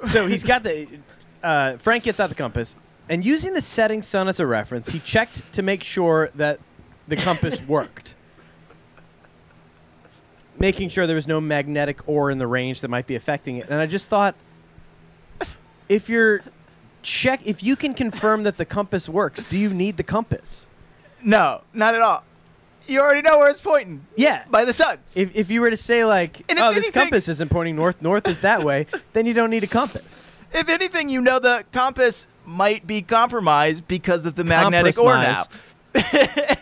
so he's got the. Uh, Frank gets out the compass, and using the setting sun as a reference, he checked to make sure that the compass worked, making sure there was no magnetic ore in the range that might be affecting it. And I just thought, if you're check, if you can confirm that the compass works, do you need the compass?
No, not at all. You already know where it's pointing
Yeah.
by the sun.
If, if you were to say like,
And if
oh, this
anything-
compass isn't pointing north, north is that way, then you don't need a compass.
If anything, you know the compass might be compromised because of the magnetic ore now.
Compromised.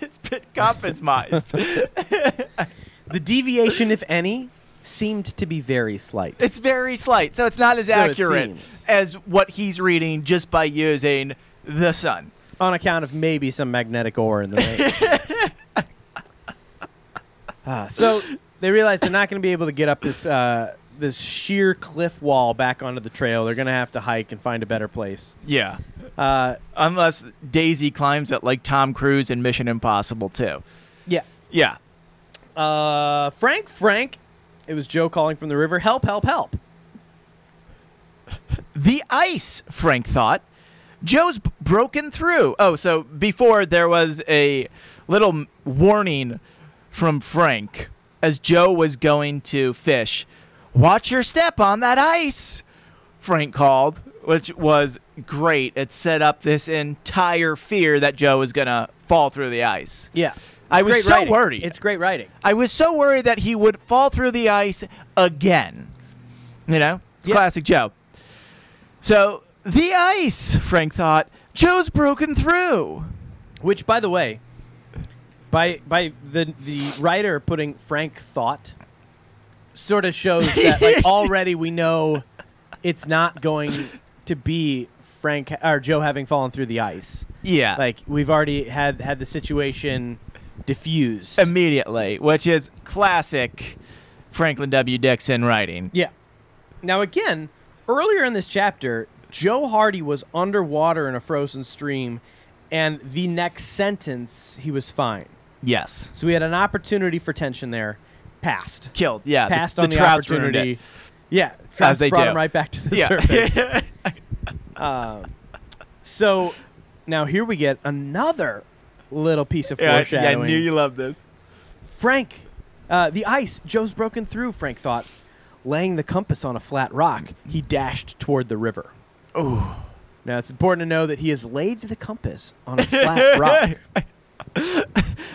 it's been compromised.
The deviation, if any, seemed to be very slight.
it's very slight, so it's not as
So it
accurate
seems.
as what he's reading just by using the sun.
on account of maybe some magnetic ore in the range. Ah, so they realize they're not going to be able to get up this uh, this sheer cliff wall back onto the trail. They're going to have to hike and find a better place.
Yeah.
Uh,
Unless Daisy climbs it like Tom Cruise in Mission Impossible too.
yeah,
Yeah.
uh, Frank, Frank, it was Joe calling from the river. Help! Help! Help!
The ice, Frank thought. Joe's b- broken through. Oh, so before there was a little m- warning from Frank as Joe was going to fish. Watch your step on that ice, Frank called, which was great. It set up this entire fear that Joe was going to fall through the ice.
Yeah,
I was
Great
so
writing.
worried.
It's great writing.
I was so worried that he would fall through the ice again. You know, it's
Yeah.
classic Joe. So the ice, Frank thought. Joe's broken through.
Which, by the way, by by the the writer putting Frank thought sort of shows that like already we know it's not going to be Frank or Joe having fallen through the ice.
Yeah,
Like we've already had had the situation diffused.
immediately, which is classic Franklin W. Dixon writing.
yeah. Now again, earlier in this chapter, Joe Hardy was underwater in a frozen stream and the next sentence he was fine.
Yes,
So we had an opportunity for tension there. Passed.
killed. Yeah, the-
Passed
the,
on the,
Trouts ruined
opportunity.
it.
Yeah, Trouts
they
brought
do.
him right back to the surface.
Yeah.
Um, so now here we get another little piece of
yeah, I- yeah, I
foreshadowing.
knew you loved this.
Frank, uh, the ice. Joe's broken through. Frank thought, laying the compass on a flat rock, he dashed toward the river.
Ooh.
Now it's important to know that he has laid the compass on a flat rock.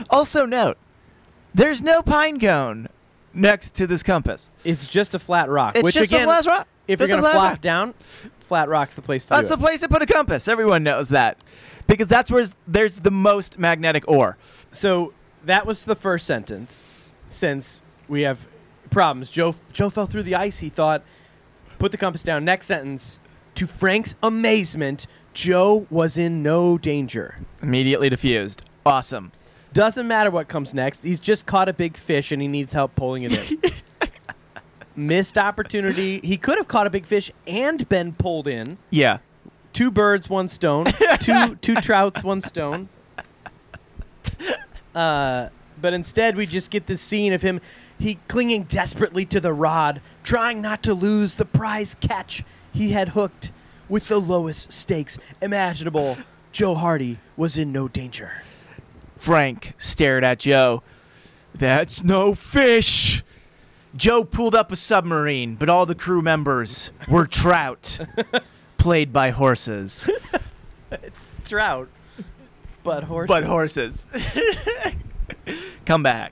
Also note, there's no pine cone next to this compass.
It's just a flat rock.
It's
which
just
again,
a flat rock.
if you're
Just a
gonna
flat
flop
rock.
down, flat rock's the place to
that's
do
the place to put a compass. Everyone knows that, because that's where there's the most magnetic ore.
it. So that was the first sentence. Since we have problems, Joe Joe fell through the ice. He thought, put the compass down. Next sentence. To Frank's amazement, Joe was in no danger.
Immediately diffused. Awesome.
Doesn't matter what comes next. He's just caught a big fish and he needs help pulling it in. Missed opportunity. He could have caught a big fish and been pulled in.
Yeah.
two birds, one stone. two two trouts, one stone. Uh, but instead, we just get this scene of him, he clinging desperately to the rod, trying not to lose the prize catch he had hooked with the lowest stakes imaginable. Joe Hardy was in no danger.
Frank stared at Joe. That's no fish. Joe pulled up a submarine, but all the crew members were trout, played by horses.
It's trout, but horse.
But horses. Come back.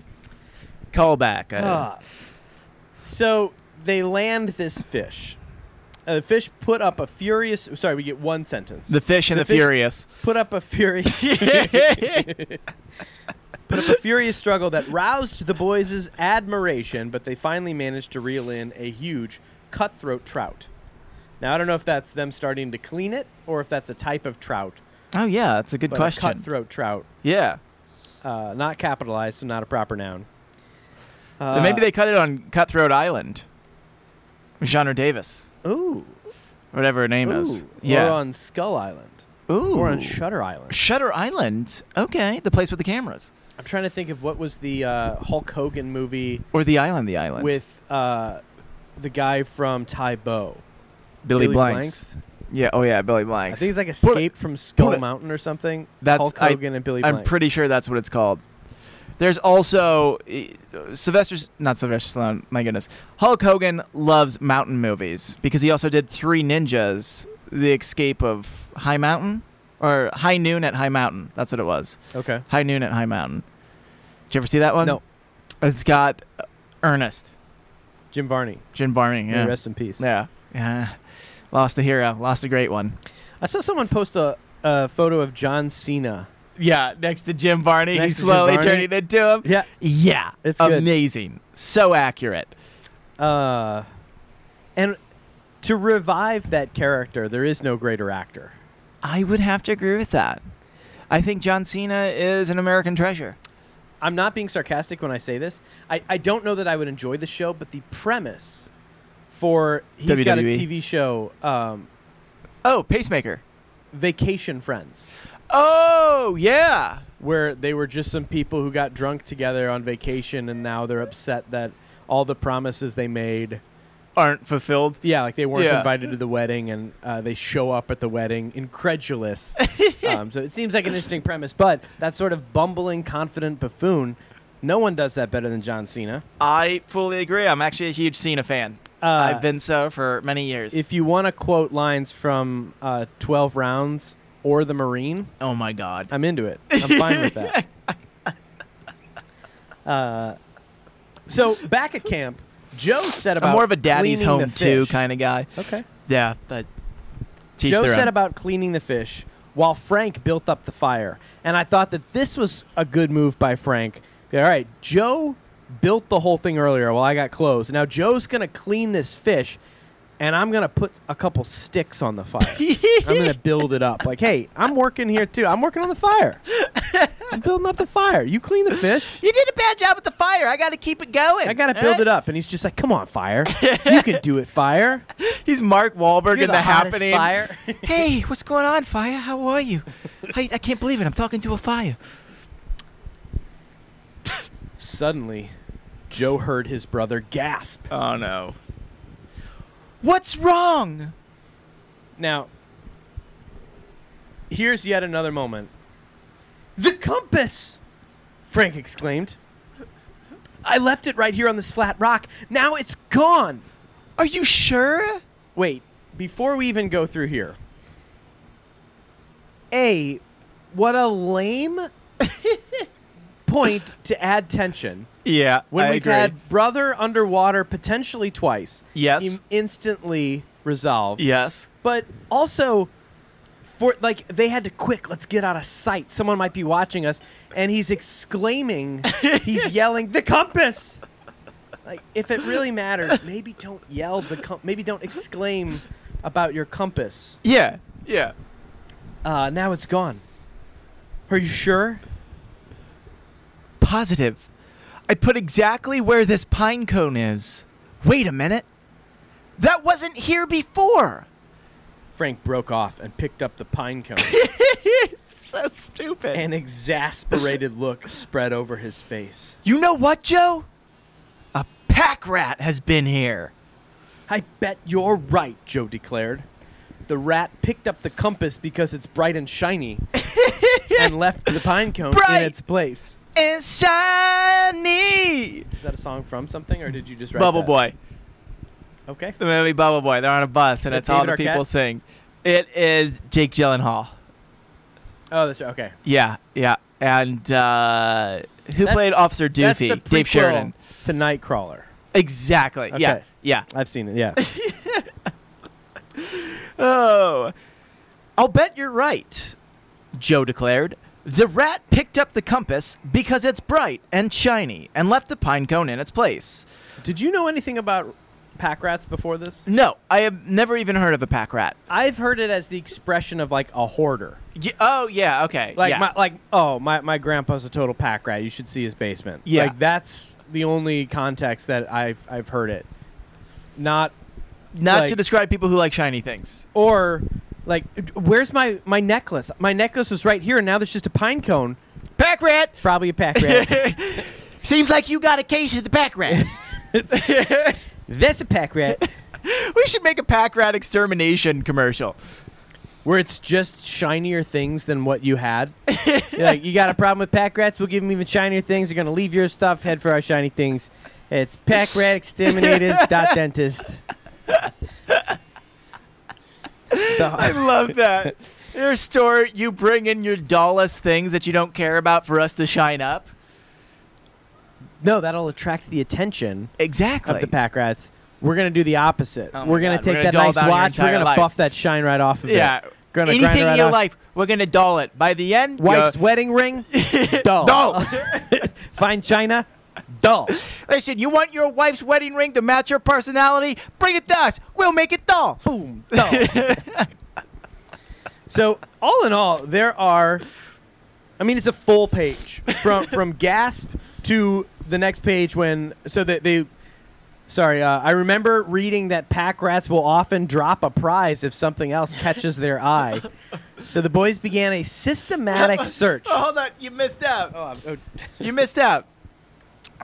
Call back. Uh, I-
Ah. So they land this fish. Uh, the fish put up a furious. Sorry, we get one sentence.
the fish and
The
the,
fish-
furious.
put up a furious put up a furious struggle that roused the boys' admiration, but they finally managed to reel in a huge cutthroat trout. Now I don't know if that's them starting to clean it or if that's a type of trout,
Oh yeah, that's a good
but a
question.
cutthroat trout,
Yeah.
uh, not capitalized, so not a proper noun. Uh,
And maybe they cut it on Cutthroat Island. Genre Davis.
Ooh,
whatever her name is.
Ooh,
Yeah.
Or on Skull Island.
Ooh.
Or on Shutter Island.
Shutter Island. Okay, the place with the cameras,
I'm trying to think of what was the uh, Hulk Hogan movie
or the island, the island
with uh, the guy from Tai Bo.
Billy,
Billy
Blanks. Yeah. Oh yeah, Billy
I
Blanks.
think it's like Escape from Skull
put it-
Mountain or something.
That's
Hulk
I-
Hogan and Billy
I'm
Blanks.
pretty sure that's what it's called. There's also eh, Sylvester, not Sylvester Stallone. My goodness, Hulk Hogan loves mountain movies because he also did Three Ninjas, The Escape of High Mountain, or High Noon at High Mountain. That's what it was.
Okay.
High Noon at High Mountain. Did you ever see that one?
No.
It's got uh, Ernest,
Jim Varney.
Jim Barney.
May
Yeah.
Rest in peace.
Yeah. Yeah. Lost a hero. Lost a great one.
I saw someone post a, a photo of John Cena.
Yeah. Next to Jim Barney,
Next
he's
to Jim
slowly
Varney.
turning into him.
Yeah.
Yeah.
It's good.
amazing. So accurate.
Uh, and to revive that character, there is no greater actor.
I would have to agree with that. I think John Cena is an American treasure.
I'm not being sarcastic when I say this. I, I don't know that I would enjoy the show, but the premise for he's got a
WWE.
TV show, um,
Oh, pacemaker.
Vacation Friends,
Oh, yeah.
where they were just some people who got drunk together on vacation, and now they're upset that all the promises they made.
Aren't fulfilled.
Yeah, like they weren't
Yeah.
invited to the wedding, and uh, they show up at the wedding incredulous. um, so it seems like an interesting premise, but that sort of bumbling, confident buffoon, no one does that better than John Cena.
I fully agree. I'm actually a huge Cena fan.
Uh,
I've been so for many years.
If you want to quote lines from uh, 12 Rounds or The Marine,
oh my God.
I'm into it. I'm fine with that. Uh, so back at camp, Joe said about
I'm more of a daddy's
cleaning the
home too
fish.
kind of guy.
Okay.
Yeah, but teach
Joe
their
said
own.
about cleaning the fish while Frank built up the fire. And I thought that this was a good move by Frank. All right, Joe built the whole thing earlier while I got close. Now Joe's going to clean this fish and I'm going to put a couple sticks on the fire. I'm going to build it up. Like, hey, I'm working here too. I'm working on the fire. I'm building up the fire. You clean the fish.
you did a bad job with the fire. I got to keep it going. Eh?
I got to build it up. And he's just like, come on, fire. You can do it, fire.
He's Mark Wahlberg in the,
hottest
happening.
fire.
hey, what's going on, fire? How are you? I, I can't believe it. I'm talking to a fire.
Suddenly, Joe heard his brother gasp.
Oh no. What's wrong?
Now, here's yet another moment. The compass! Frank exclaimed. I left it right here on this flat rock. Now it's gone!
Are you sure?
Wait, before we even go through here. A, what a lame point to add tension.
Yeah.
When we've had brother underwater potentially twice,
Yes.
im- instantly resolved
yes.
but also for like they had to quick let's get out of sight someone might be watching us and he's exclaiming he's yelling the compass like if it really matters maybe don't yell the com- maybe don't exclaim about your compass
Yeah. Yeah.
uh, now it's gone are you sure
Positive. I put exactly where this pine cone is. Wait a minute. That wasn't here before.
frank broke off and picked up the pine cone
so stupid.
an exasperated look spread over his face
you know what, Joe? A pack rat has been here.
I bet you're right, Joe declared. The rat picked up the compass because it's bright and shiny and left the pine cone
Bright!
in its place.
And shiny.
Is that a song from something, or did you just write
Bubble
that?
Boy.
Okay.
The movie Bubble Boy. They're on a bus, and
that
it's all the
David
people
Arquette?
sing. It is Jake Gyllenhaal.
Oh, that's right. Okay.
Yeah, yeah. And uh, who
That's-
played Officer
That's the
Doofy? Dave
prequel
Sheridan.
to Nightcrawler.
Exactly. Yeah,
Okay.
yeah.
I've seen it. Yeah.
Oh, I'll bet you're right. Joe declared. The rat picked up the compass because it's bright and shiny, and left the pine cone in its place.
did you know anything about pack rats before this?
No, I have never even heard of a pack rat.
I've heard it as the expression of like a hoarder.
Y- oh yeah, okay.
Like
yeah.
my like oh my my grandpa's a total pack rat. You should see his basement.
Yeah.
like that's the only context that I've I've heard it. Not
not to
Like-
describe people who like shiny things.
or like where's my my necklace my necklace was right here and now there's just a pine cone
Pack rat.
probably a pack rat
Seems like you got a case of the pack rats.
that's a pack rat
we should make a pack rat extermination commercial.
where it's just shinier things than what you had You're like you got a problem with pack rats we'll give them even shinier things they're gonna leave your stuff head for our shiny things it's pack rat exterminators dot dentist
I
The-
love that. Your store, you bring in your dullest things that you don't care about for us to shine up.
no that'll attract the attention
Exactly.
of the pack rats we're gonna do the opposite
Oh my
we're gonna
God,
take
we're gonna
that
dull
nice
down your
watch we're
entire
gonna
life.
buff that shine right off of
Yeah.
it Gonna grind
Anything
right
in your
off.
life, we're gonna doll it. By the end,
Wife's
you're-
wedding ring? Dull.
Dull.
Fine china? Dull.
Listen, you want your wife's wedding ring to match your personality? Bring it to us. We'll make it dull.
Boom. Dull. so, all in all, there are. I mean, it's a full page from from gasp to the next page when so that they. Sorry, uh, I remember reading that pack rats will often drop a prize if something else catches their eye. So the boys began a systematic search.
Oh, hold on, you missed out.
Oh, I'm- oh,
You missed out.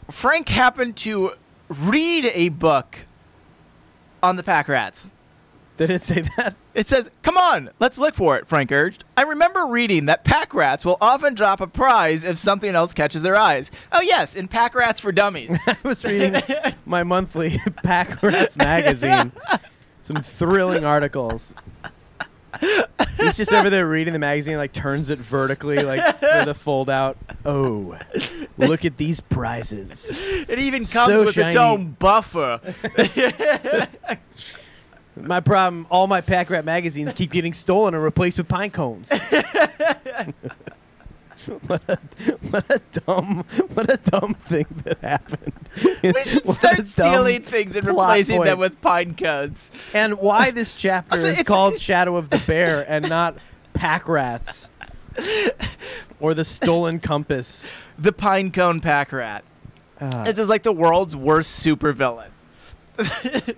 Frank happened to read a book on the pack rats.
did it say that?
It says, "Come on, let's look for it," Frank urged. I remember reading that pack rats will often drop a prize if something else catches their eyes. Oh yes, in Pack Rats for Dummies.
I was reading my monthly Pack Rats magazine. Some thrilling articles. He's just over there reading the magazine, like turns it vertically, like for the fold out. Oh, look at these prizes.
it even comes
So
with its
shiny.
own buffer.
My problem all my Pack Rat magazines keep getting stolen and replaced with pine cones. what, a, what a dumb what a dumb thing that happened.
We should start stealing things and
plot
replacing them
point.
with pine cones.
and why this chapter
Also,
is
it's-
called Shadow of the Bear and not Pack Rats or the Stolen Compass.
The pine cone pack rat.
Ah.
This is like the world's worst supervillain.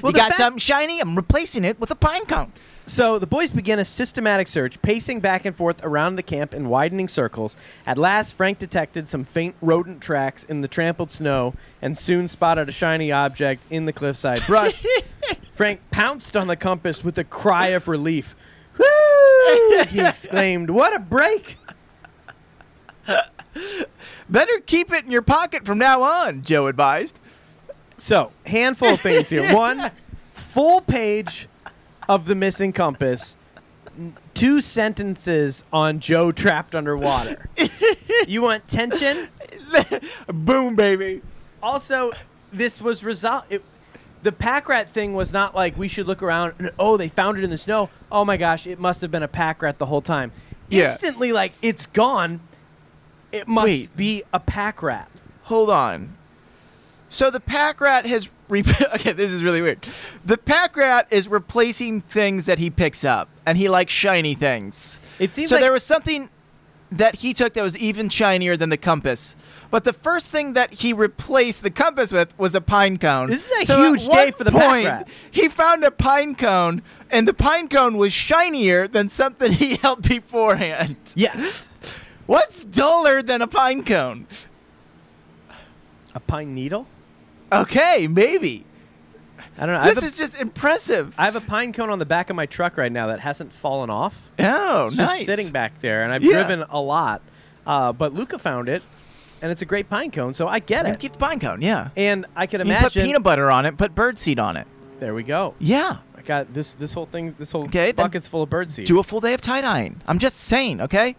Well,
you
the
got
fact-
something shiny? I'm replacing it with a pine cone.
So the boys begin a systematic search, pacing back and forth around the camp in widening circles. At last, Frank detected some faint rodent tracks in the trampled snow and soon spotted a shiny object in the cliffside brush. Frank pounced on the compass with a cry of relief. Whoo! He exclaimed, What a break!
Better keep it in your pocket from now on, Joe advised.
So, handful of things here. One, full page of the missing compass. N- Two sentences on Joe trapped underwater. you want tension?
Boom, baby.
Also, this was result. It, the pack rat thing was not like we should look around and oh, they found it in the snow. Oh my gosh, it must have been a pack rat the whole time.
Yeah.
Instantly, like it's gone. It must
Wait.
be a pack rat.
Hold on. So the pack rat has. Re- okay, this is really weird. The pack rat is replacing things that he picks up, and he likes shiny things.
It seems
so
like
there was something that he took that was even shinier than the compass. But the first thing that he replaced the compass with was a pine cone.
This is a
So at
huge
one
day for the pack
point,
rat.
He found a pine cone, and the pine cone was shinier than something he held beforehand.
yes,
What's duller than a pine cone?
a pine needle.
Okay, maybe.
I don't know. I have
This
a-
is just impressive.
I have a pine cone on the back of my truck right now that hasn't fallen off.
oh,
It's
nice.
just sitting back there, and I've
Yeah.
driven a lot. Uh, but Luca found it, and it's a great pine cone, so I get
You
it.
keep the pine cone, yeah.
And I can
You put
imagine.
peanut butter on it, put birdseed on it.
there we go.
Yeah.
I got this. This whole thing. This whole
Okay, then
bucket's full of birdseed.
Do a full day of tie dyeing. I'm just saying, okay?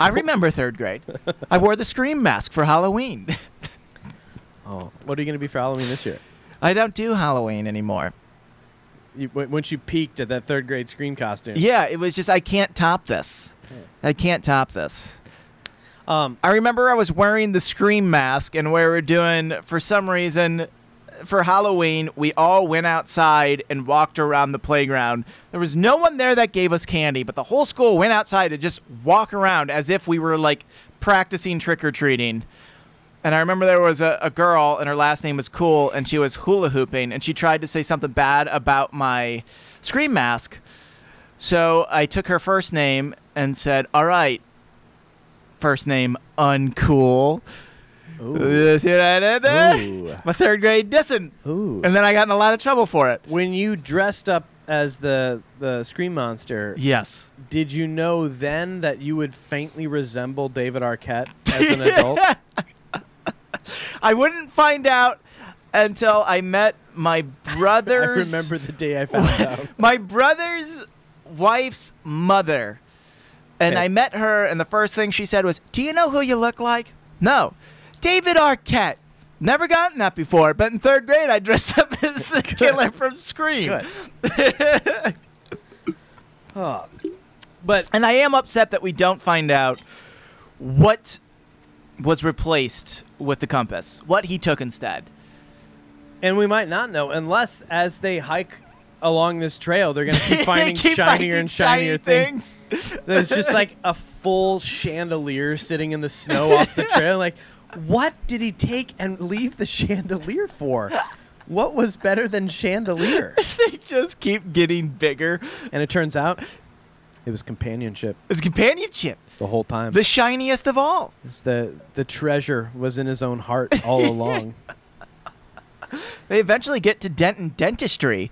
I remember third grade. I wore the scream mask for Halloween.
oh, what are you going to be for Halloween this year?
I don't do Halloween anymore.
You, w- once you peaked at that third grade scream costume.
Yeah, it was just I can't top this. I can't top this.
Um.
I remember I was wearing the scream mask, and we were doing for some reason for Halloween. We all went outside and walked around the playground. There was no one there that gave us candy, but the whole school went outside to just walk around as if we were like practicing trick or treating. And I remember there was a, a girl, and her last name was Cool, and she was hula hooping, and she tried to say something bad about my scream mask. So I took her first name and said, All right, first name uncool.
Ooh.
See what I did there?
Ooh.
My third grade dissing.
Ooh.
And then I got in a lot of trouble for it.
When you dressed up as the the scream monster,
Yes.
did you know then that you would faintly resemble David Arquette as an adult?
I wouldn't find out until I met my
I
brother's
remember the day I found out.
my brother's wife's mother. And
Okay.
I met her and the first thing she said was, "Do you know who you look like?" No. David Arquette. Never gotten that before, but in third grade I dressed up as the killer from Scream.
Good. Oh. But
And I am upset that we don't find out what was replaced with the compass, what he took instead.
and we might not know unless as they hike along this trail, they're going to keep
They
finding
keep
shinier
finding
and shinier
shiny
things. There's just like a full chandelier sitting in the snow off the trail. Like, what did he take and leave the chandelier for? What was better than chandelier?
They just keep getting bigger.
And it turns out it was companionship
It's companionship,
the whole time.
the shiniest of all.
It's the the treasure was in his own heart all along.
They eventually get to Denton Dentistry,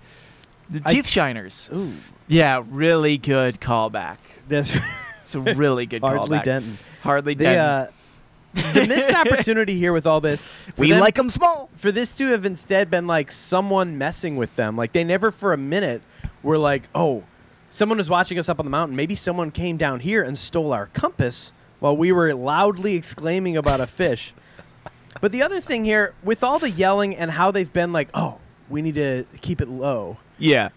the
I-
teeth shiners.
Ooh,
Yeah, really good callback.
that's
It's a really good
Hardly
callback.
Denton.
Hardly
The
Denton.
uh, the missed opportunity here with all this. for
we
them-
like 'em small.
for this to have instead been like someone messing with them. Like they never for a minute were like, oh, someone was watching us up on the mountain. Maybe someone came down here and stole our compass while we were loudly exclaiming about a fish. but the other thing here, with all the yelling and how they've been like, oh, we need to keep it low.
Yeah.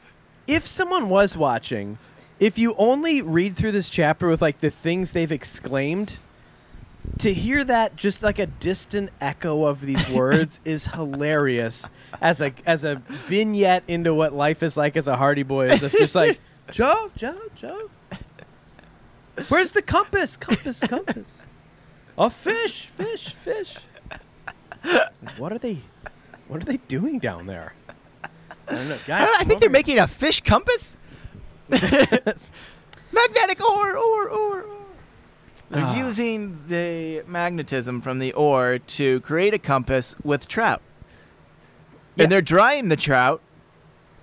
If someone was watching, if you only read through this chapter with like the things they've exclaimed, to hear that just like a distant echo of these words is hilarious as a as a vignette into what life is like as a Hardy Boy. As if just like Joe, Joe, Joe, where's the compass? Compass, compass. A fish, fish, fish. What are they? What are they doing down there? I don't know, guys.
I, don't-
come
I think they're
over here.
making a fish compass. Magnetic ore, ore, ore, ore. They're
Ah.
using the magnetism from the ore to create a compass with trout.
Yeah.
And they're drying the trout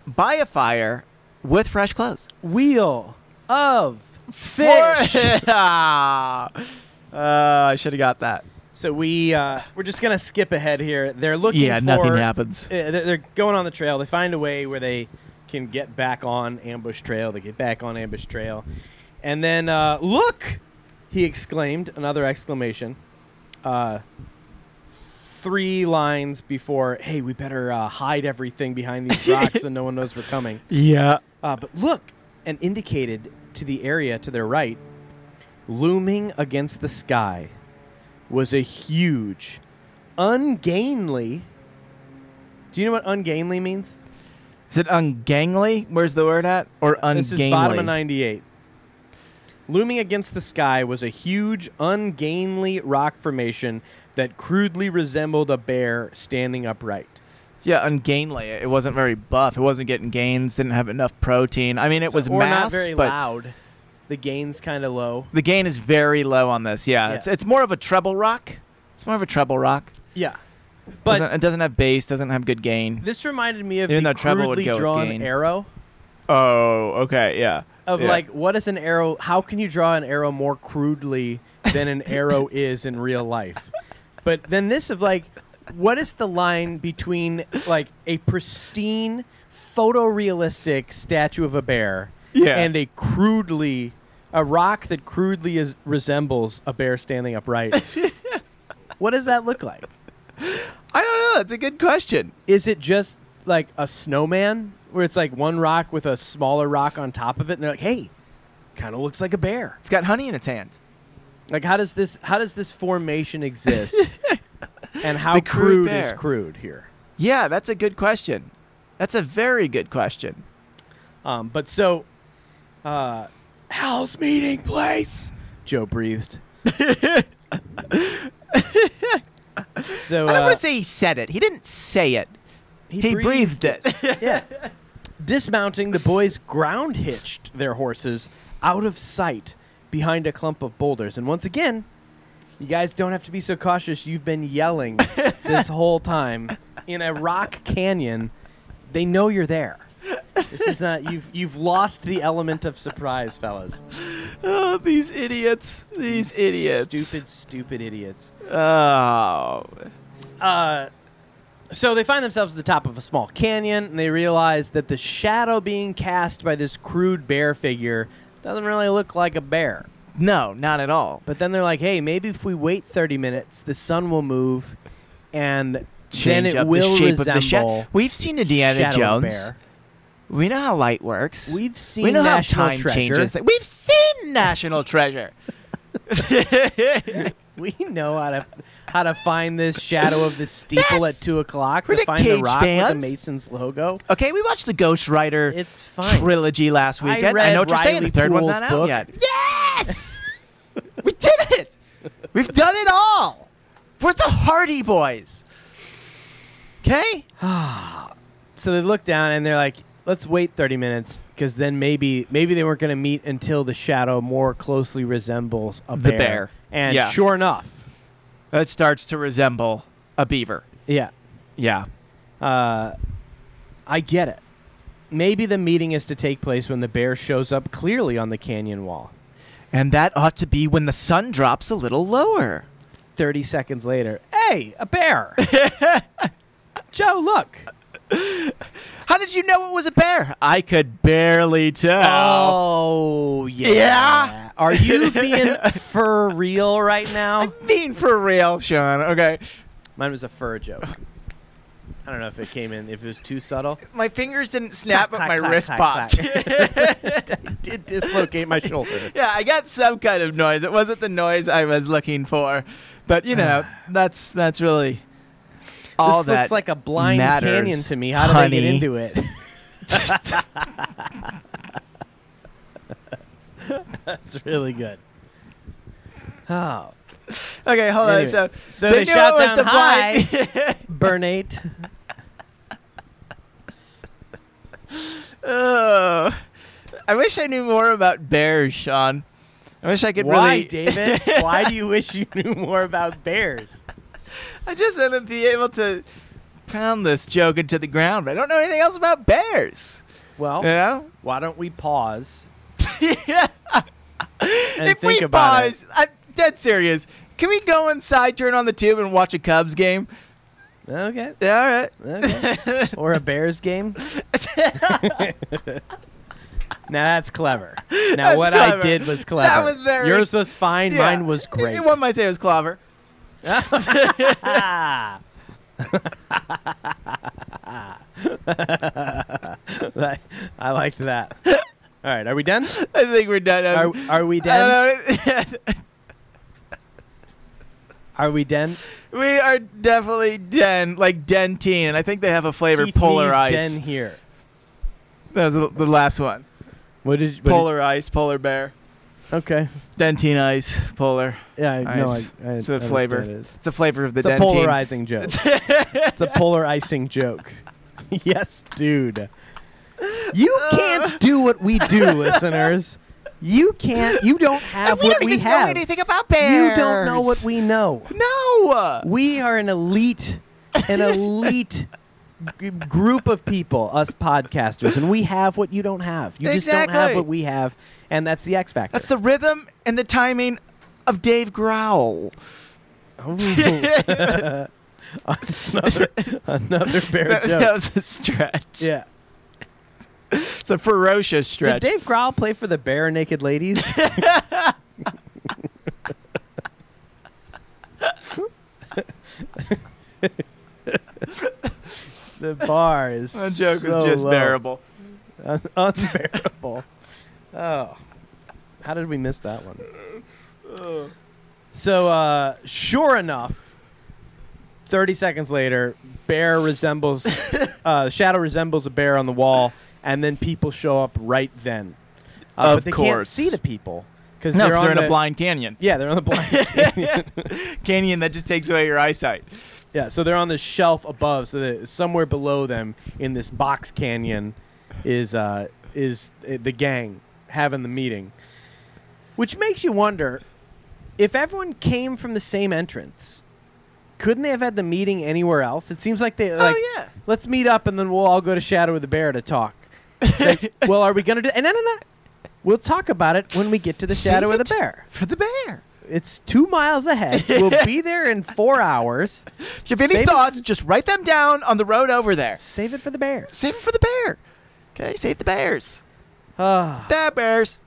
by a fire with fresh clothes.
wheel of fish.
Ah. Uh, I should have got that.
so we uh, we're just gonna skip ahead here. They're looking.
Yeah,
for,
nothing happens.
Uh, they're they're going on the trail. They find a way where they can get back on ambush trail. They get back on ambush trail, and then uh, look, he exclaimed another exclamation. Uh, three lines before, hey, we better uh, hide everything behind these rocks so no one knows we're coming.
Yeah.
Uh, but look, and indicated to the area to their right, looming against the sky, was a huge, ungainly. Do you know what ungainly means?
Is it ungainly? Where's the word at? Or ungainly?
This is bottom of 98. Looming against the sky was a huge, ungainly rock formation that crudely resembled a bear standing upright.
Yeah, ungainly. It wasn't very buff. It wasn't getting gains. Didn't have enough protein. I mean, it was
or
mass,
not very
but
loud. The gain's kind of low.
the gain is very low on this. Yeah, it's
Yeah.
it's more of a treble rock. It's more of a treble rock.
Yeah,
But
but
doesn't, it doesn't have bass. Doesn't have good gain.
This reminded me of
Even
the
though travel would
crudely
go with
drawn
gain.
arrow
Oh, okay, yeah.
of like what is an arrow? How can you draw an arrow more crudely than an arrow is in real life? But then this of like what is the line between like a pristine photorealistic statue of a bear
Yeah.
and a crudely a rock that crudely is, resembles a bear standing upright? what does that look like?
I don't know. That's a good question.
is it just like a snowman where it's like one rock with a smaller rock on top of it and they're like hey kind of looks like a bear
It's got honey in its hand.
like how does this how does this formation exist and how
The crude
crude is
bear.
crude here
Yeah, that's a good question. That's a very good question.
um, but so uh hell's meeting place joe breathed So
I don't
uh,
want to say he said it. He didn't say it. He, breathed, it.
yeah. Dismounting, the boys ground hitched their horses out of sight behind a clump of boulders. And once again, you guys don't have to be so cautious. You've been yelling this whole time in a rock canyon. They know you're there. This is not you've you've lost the element of surprise, fellas.
oh, these idiots. These idiots.
Stupid, stupid idiots.
Oh.
So they find themselves at the top of a small canyon, and they realize that the shadow being cast by this crude bear figure doesn't really look like a bear.
No, not at all.
But then they're like, "Hey, maybe if we wait 30 minutes, the sun will move, and
Change
then it
up
will
the shape of
resemble
the shadow. We've seen Indiana
shadow of a
Jones.
bear."
We know how light works.
We've seen
we know
National
how time
Treasure.
changes. thi- We've seen National Treasure.
We know how to how to find this shadow of the steeple
Yes!
at two o'clock.
We're
to
the
find the
Cage
rock with
fans.
the Masons logo.
Okay, we watched the Ghost Rider
It's fine.
trilogy last
I
weekend.
read
know what you're saying.
Riley
The third one's
Pool's
not
book.
out yet. Yes, we did it. We've done it all. We're the Hardy Boys. Okay.
so they look down and they're like, "Let's wait 30 minutes because then maybe maybe they weren't going to meet until the shadow more closely resembles a
The
bear."
bear.
And
Yeah.
sure enough,
It starts to resemble a beaver.
yeah,
Yeah.
uh, I get it. Maybe the meeting is to take place when the bear shows up clearly on the canyon wall.
And that ought to be when the sun drops a little lower.
30 seconds later, hey, a bear! Joe, look.
How did you know it was a bear? I could barely tell.
Oh yeah.
Yeah?
Are you being for real right now?
I mean, for real, Sean. Okay.
Mine was a fur joke. I don't know if it came in, if it was too subtle.
My fingers didn't snap, but
Clack,
my
clack,
wrist
clack,
popped.
I did dislocate my shoulder.
yeah, I got some kind of noise. It wasn't the noise I was looking for, but you know, that's that's really all
this
that
looks like a blind
matters,
canyon to me. How did I
honey.
get into it? That's really good. Oh,
Okay, hold
Anyway,
on. So,
so they
knew
shout
it was
down,
the blind-
Bernate.
Ugh. Oh. I wish I knew more about bears, Sean. I wish I could
Why,
really.
David? Why do you wish you knew more about bears?
I just want to be able to pound this joke into the ground, but I don't know anything else about bears.
Well,
You know?
why don't we pause
yeah.
and
if
think
we
about it?
pause, I'm dead serious. Can we go inside, turn on the tube, and watch a Cubs game?
Okay.
Yeah, all right.
Okay. or a Bears game. now that's clever. Now
That's
what I
clever.
did was
That
clever.
was very-
Yours was fine.
Yeah.
Mine was great.
One might say it was clover.
Ah. I I liked that. All right, are we done?
I think we're done.
Are,
I'm-
are we done?
Um, I don't know.
Are we done?
we are definitely den, like dentine, and I think they have a flavor
Keith Lee's
polar ice.
Den here.
That was the, the last one.
What did you, what
Polar ice, polar bear,
did- okay.
dentine ice, polar.
Yeah, I, no, I,
Ice.
I
It's a
understand
flavor.
it.
It's a flavor of the
It's a
dentine.
polarizing joke. it's a polarizing joke. yes, dude. You can't do what we do, listeners. You can't. You don't have
And we
what
don't
we
even
have.
know anything about bears.
you don't know what we know.
know.
We are an elite, an elite g- group of people, us podcasters, and we have what you don't have. You just don't have
Exactly.
what we have, and that's the X factor.
That's the rhythm and the timing of Dave Growl.
Oh. another, another bear
That,
joke.
that was a stretch.
yeah.
It's a ferocious
Did
stretch.
Dave Grohl play for the Bare Naked Ladies? the bar is
that joke
so uh,
was just
low.
bearable.
Un- unbearable. oh, how did we miss that one? So, uh, sure enough, thirty seconds later, bear resembles uh, shadow resembles a bear on the wall, and then people show up right then. Uh,
Of
but they can't
course.
see the people because
No,
they're, on
'cause they're in
the-
a blind canyon.
Yeah, they're on the blind.
Canyon that just takes away your eyesight.
yeah, so they're on the shelf above. So that somewhere below them in this box canyon is uh, is uh, the gang having the meeting, which makes you wonder if everyone came from the same entrance. Couldn't they have had the meeting anywhere else? It seems like they like
Oh, yeah.
let's meet up and then we'll all go to Shadow of the Bear to talk. Like, well, are we gonna do? And no, no, no. We'll talk about it when we get to the
Save
Shadow of the
it.
Bear.
For the bear.
It's two miles ahead. We'll be there in four hours.
If you have any
Save it-
thoughts, just write them down on the road over there.
Save it for the bears.
Save it for the bear. Okay, save the bears.
Ah.
That bears.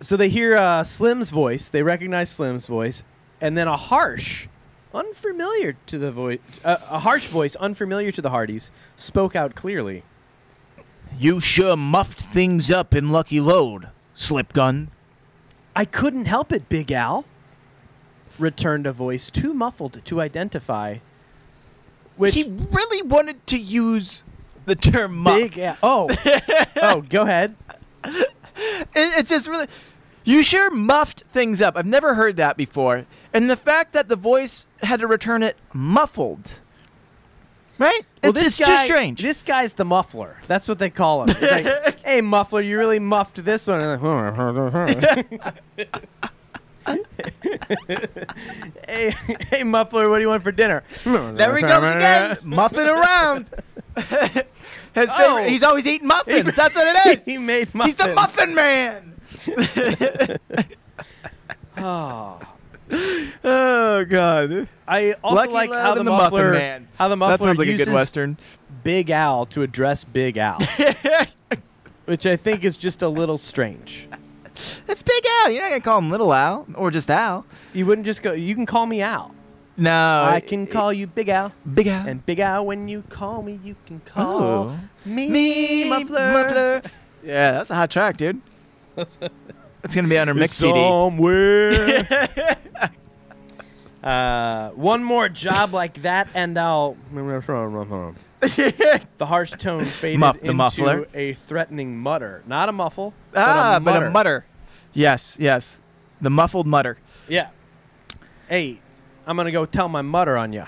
so they hear uh, Slim's voice. They recognize Slim's voice, and then a harsh, unfamiliar to the voice, uh, a harsh voice unfamiliar to the Hardys spoke out clearly.
You sure muffed things up in Lucky Load, Slipgun.
I couldn't help it, Big Al. Returned a voice too muffled to identify. Which
he really wanted to use the term muff.
Big Al? Oh, oh, go ahead.
It- it's just really. You sure muffed things up. I've never heard that before. And the fact that the voice had to return it muffled, right?
Well,
it's
this
it's just
guy-
strange.
This guy's the muffler. That's what they call him. It's like, hey, muffler, you really muffed this one. And like, hey, hey, muffler, what do you want for dinner?
there he goes again, muffin around. His favorite.
Oh.
He's always eating muffins. That's what it is.
he made
He's
muffins.
the muffin man.
Oh.
Oh God.
I also
Lucky
like
Lad
how the,
and the Muffin
muffler,
Man.
how the muffler
That sounds like a
uses
good western.
Big Al to address Big Al, which I think is just a little strange.
That's Big Al. You're not gonna call him Little Al or just Al.
You wouldn't just go. You can call me Al.
No,
I can call you Big Al.
Big Al.
And Big Al, when you call me, you can call
Oh.
me,
Me,
muffler.
Yeah, that's a hot track, dude. it's gonna be on her mix CD.
Somewhere. uh, one more job like that, and I'll. the harsh tone faded
Muff the
into
muffler.
a threatening mutter. Not a muffle.
Ah,
but a mutter.
mutter. Yes, yes, the muffled mutter.
Yeah. Hey, I'm gonna go tell my mutter on you.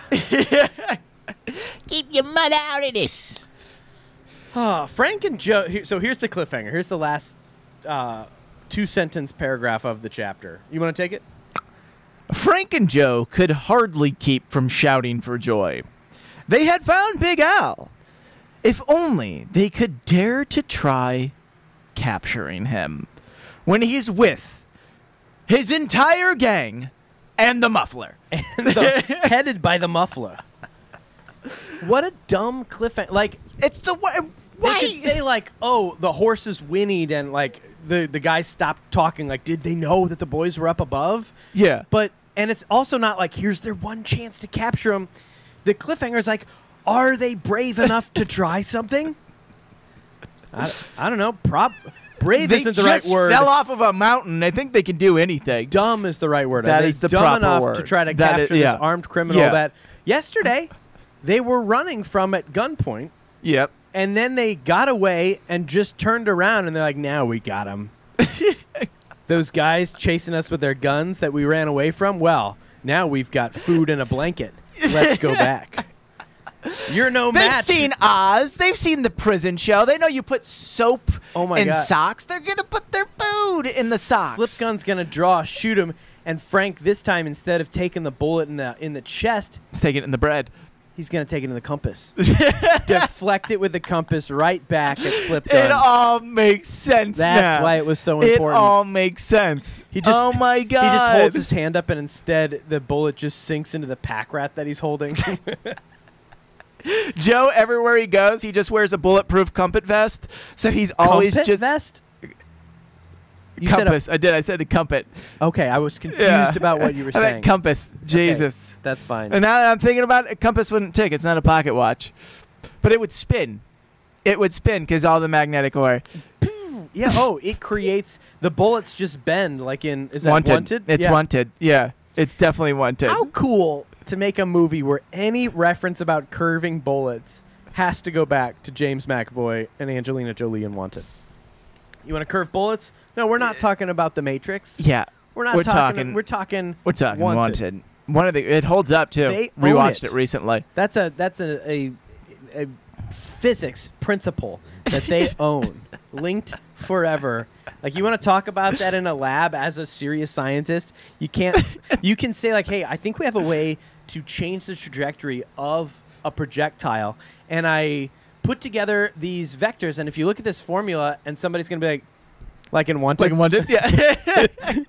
Keep your mother out of this.
Ah, Frank and Joe. Here, so here's the cliffhanger. Here's the last uh, two sentence paragraph of the chapter. You want to take it?
Frank and Joe could hardly keep from shouting for joy. They had found Big Al. If only they could dare to try capturing him when he's with his entire gang and the muffler.
The- headed by the muffler. What a dumb cliffhanger! Like
It's the wha-
they
why
could say, like, oh, the horses whinnied, and like the the guy stopped talking. Like, did they know that the boys were up above?
Yeah.
But and it's also not like here's their one chance to capture them. The cliffhanger is like, are they brave enough to try something? I, I don't know. Prop brave
they
isn't the right
just
word.
Fell off of a mountain. I think they can do anything.
dumb is the right word.
That
Are they
is the
dumb
proper
enough to
word.
try to
That is-
capture
yeah.
this armed criminal
Yeah.
that yesterday they were running from at gunpoint,
Yep.
and then they got away and just turned around and they're like, "Now we got him." Those guys chasing us with their guns that we ran away from. Well, now we've got food and a blanket. Let's go back. You're no
They've
match.
seen Oz. They've seen the prison show. They know you put soap
Oh my
in
God.
socks. They're gonna put their food in the socks.
Slipgun's gonna draw, shoot him, and Frank this time instead of taking the bullet in the in the chest,
Let's take it in the bread.
He's gonna take it in the compass. Deflect it with the compass right back at slip
It
gun.
all makes sense.
That's
now.
why it was so
It
important.
all makes sense.
He just-
oh my
he
god.
just holds his hand up, and instead the bullet just sinks into the pack rat that he's holding.
Joe everywhere he goes, he just wears a bulletproof comfort vest. So he's always
Compass
just
vest. You said a-
compass. I did. I said a compass.
okay, I was confused
Yeah.
about what you were
I meant
saying.
compass.
Okay,
Jesus.
that's fine.
And now that I'm thinking about it, a compass wouldn't tick. It's not a pocket watch, but it would spin. It would spin because all the magnetic ore.
yeah. Oh, it creates the bullets just bend like in is that
wanted.
wanted?
It's
Yeah.
wanted. Yeah, it's definitely wanted.
How cool to make a movie where any reference about curving bullets has to go back to James McAvoy and Angelina Jolie and Wanted. You want to curve bullets? No, we're not talking about the Matrix.
Yeah,
We're not
We're
talking,
talking-
We're talking.
we're talking
Wanted.
wanted. One of the it holds up too.
They own
Rewatched
it.
it. recently.
That's a that's a a, a physics principle that they own, linked forever. Like you want to talk about that in a lab as a serious scientist, you can't. You can say like, "Hey, I think we have a way to change the trajectory of a projectile," and I put together these vectors. And if you look at this formula, and somebody's gonna be like, "Like in one,
Like wanted. Yeah,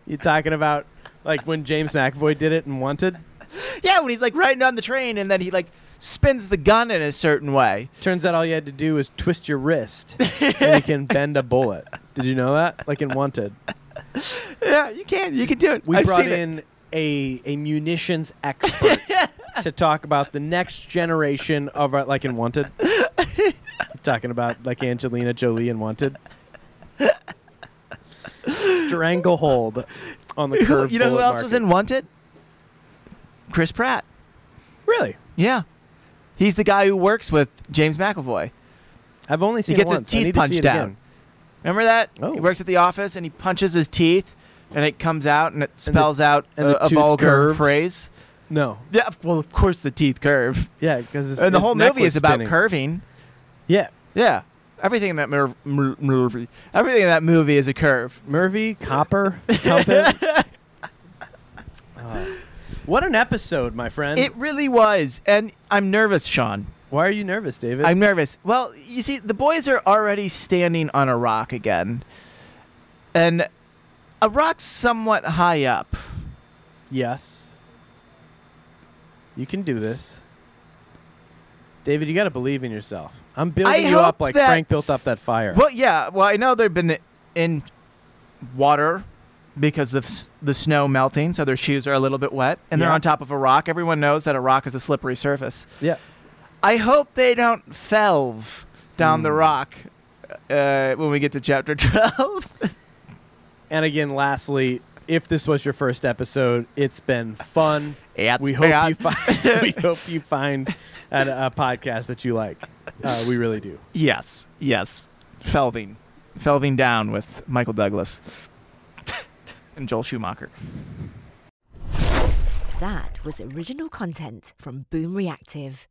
you talking about like when James McAvoy did it in Wanted."
yeah. When he's like riding on the train and then he like spins the gun in a certain way.
Turns out all you had to do was twist your wrist and you can bend a bullet. Did you know that? Like in Wanted.
Yeah, you can. You can do it.
We
I've
brought
seen it.
in a a munitions expert to talk about the next generation of our, like in Wanted. Talking about like Angelina Jolie in Wanted. Stranglehold on the
Who-
curve.
you know who
bullet
else was
market.
in Wanted? Chris Pratt.
Really?
Yeah, he's the guy who works with James McAvoy.
I've only seen
gets
it
his
once. I
teeth
need to see
punched
it
out.
again.
Remember that?
Oh.
He works at the office and he punches his teeth, and it comes out and it spells out
and
a,
the
a
tooth
vulgar
curves.
phrase.
No.
Yeah, of- well, of course the teeth curve,
Yeah, because
and the whole movie is about
curve.
curving.
Yeah,
Yeah, everything in that mer- mer- movie, everything in that movie is a curve.
Murphy, Copper, Compass. Oh. what an episode, my friend.
It really was, and I'm nervous, Sean.
Why are you nervous, David?
I'm nervous. Well, you see, the boys are already standing on a rock again, and a rock's somewhat high up.
yes. You can do this. David, you got to believe in yourself. I'm building
I
you
hope
up like
that-
Frank built up that fire.
Well, yeah. Well, I know they've been in water because the s- the snow melting, so their shoes are a little bit wet, and they're
Yeah.
on top of a rock. Everyone knows that a rock is a slippery surface.
Yeah.
I hope they don't felve down the
Hmm.
rock uh, when we get to chapter twelve.
And again, lastly, if this was your first episode, it's been fun.
yeah,
we hope you find we hope you find a, a podcast that you like. Uh, we really do.
Yes, yes, felving, felving down with Michael Douglas and Joel Schumacher.
That was original content from Boom Reactive.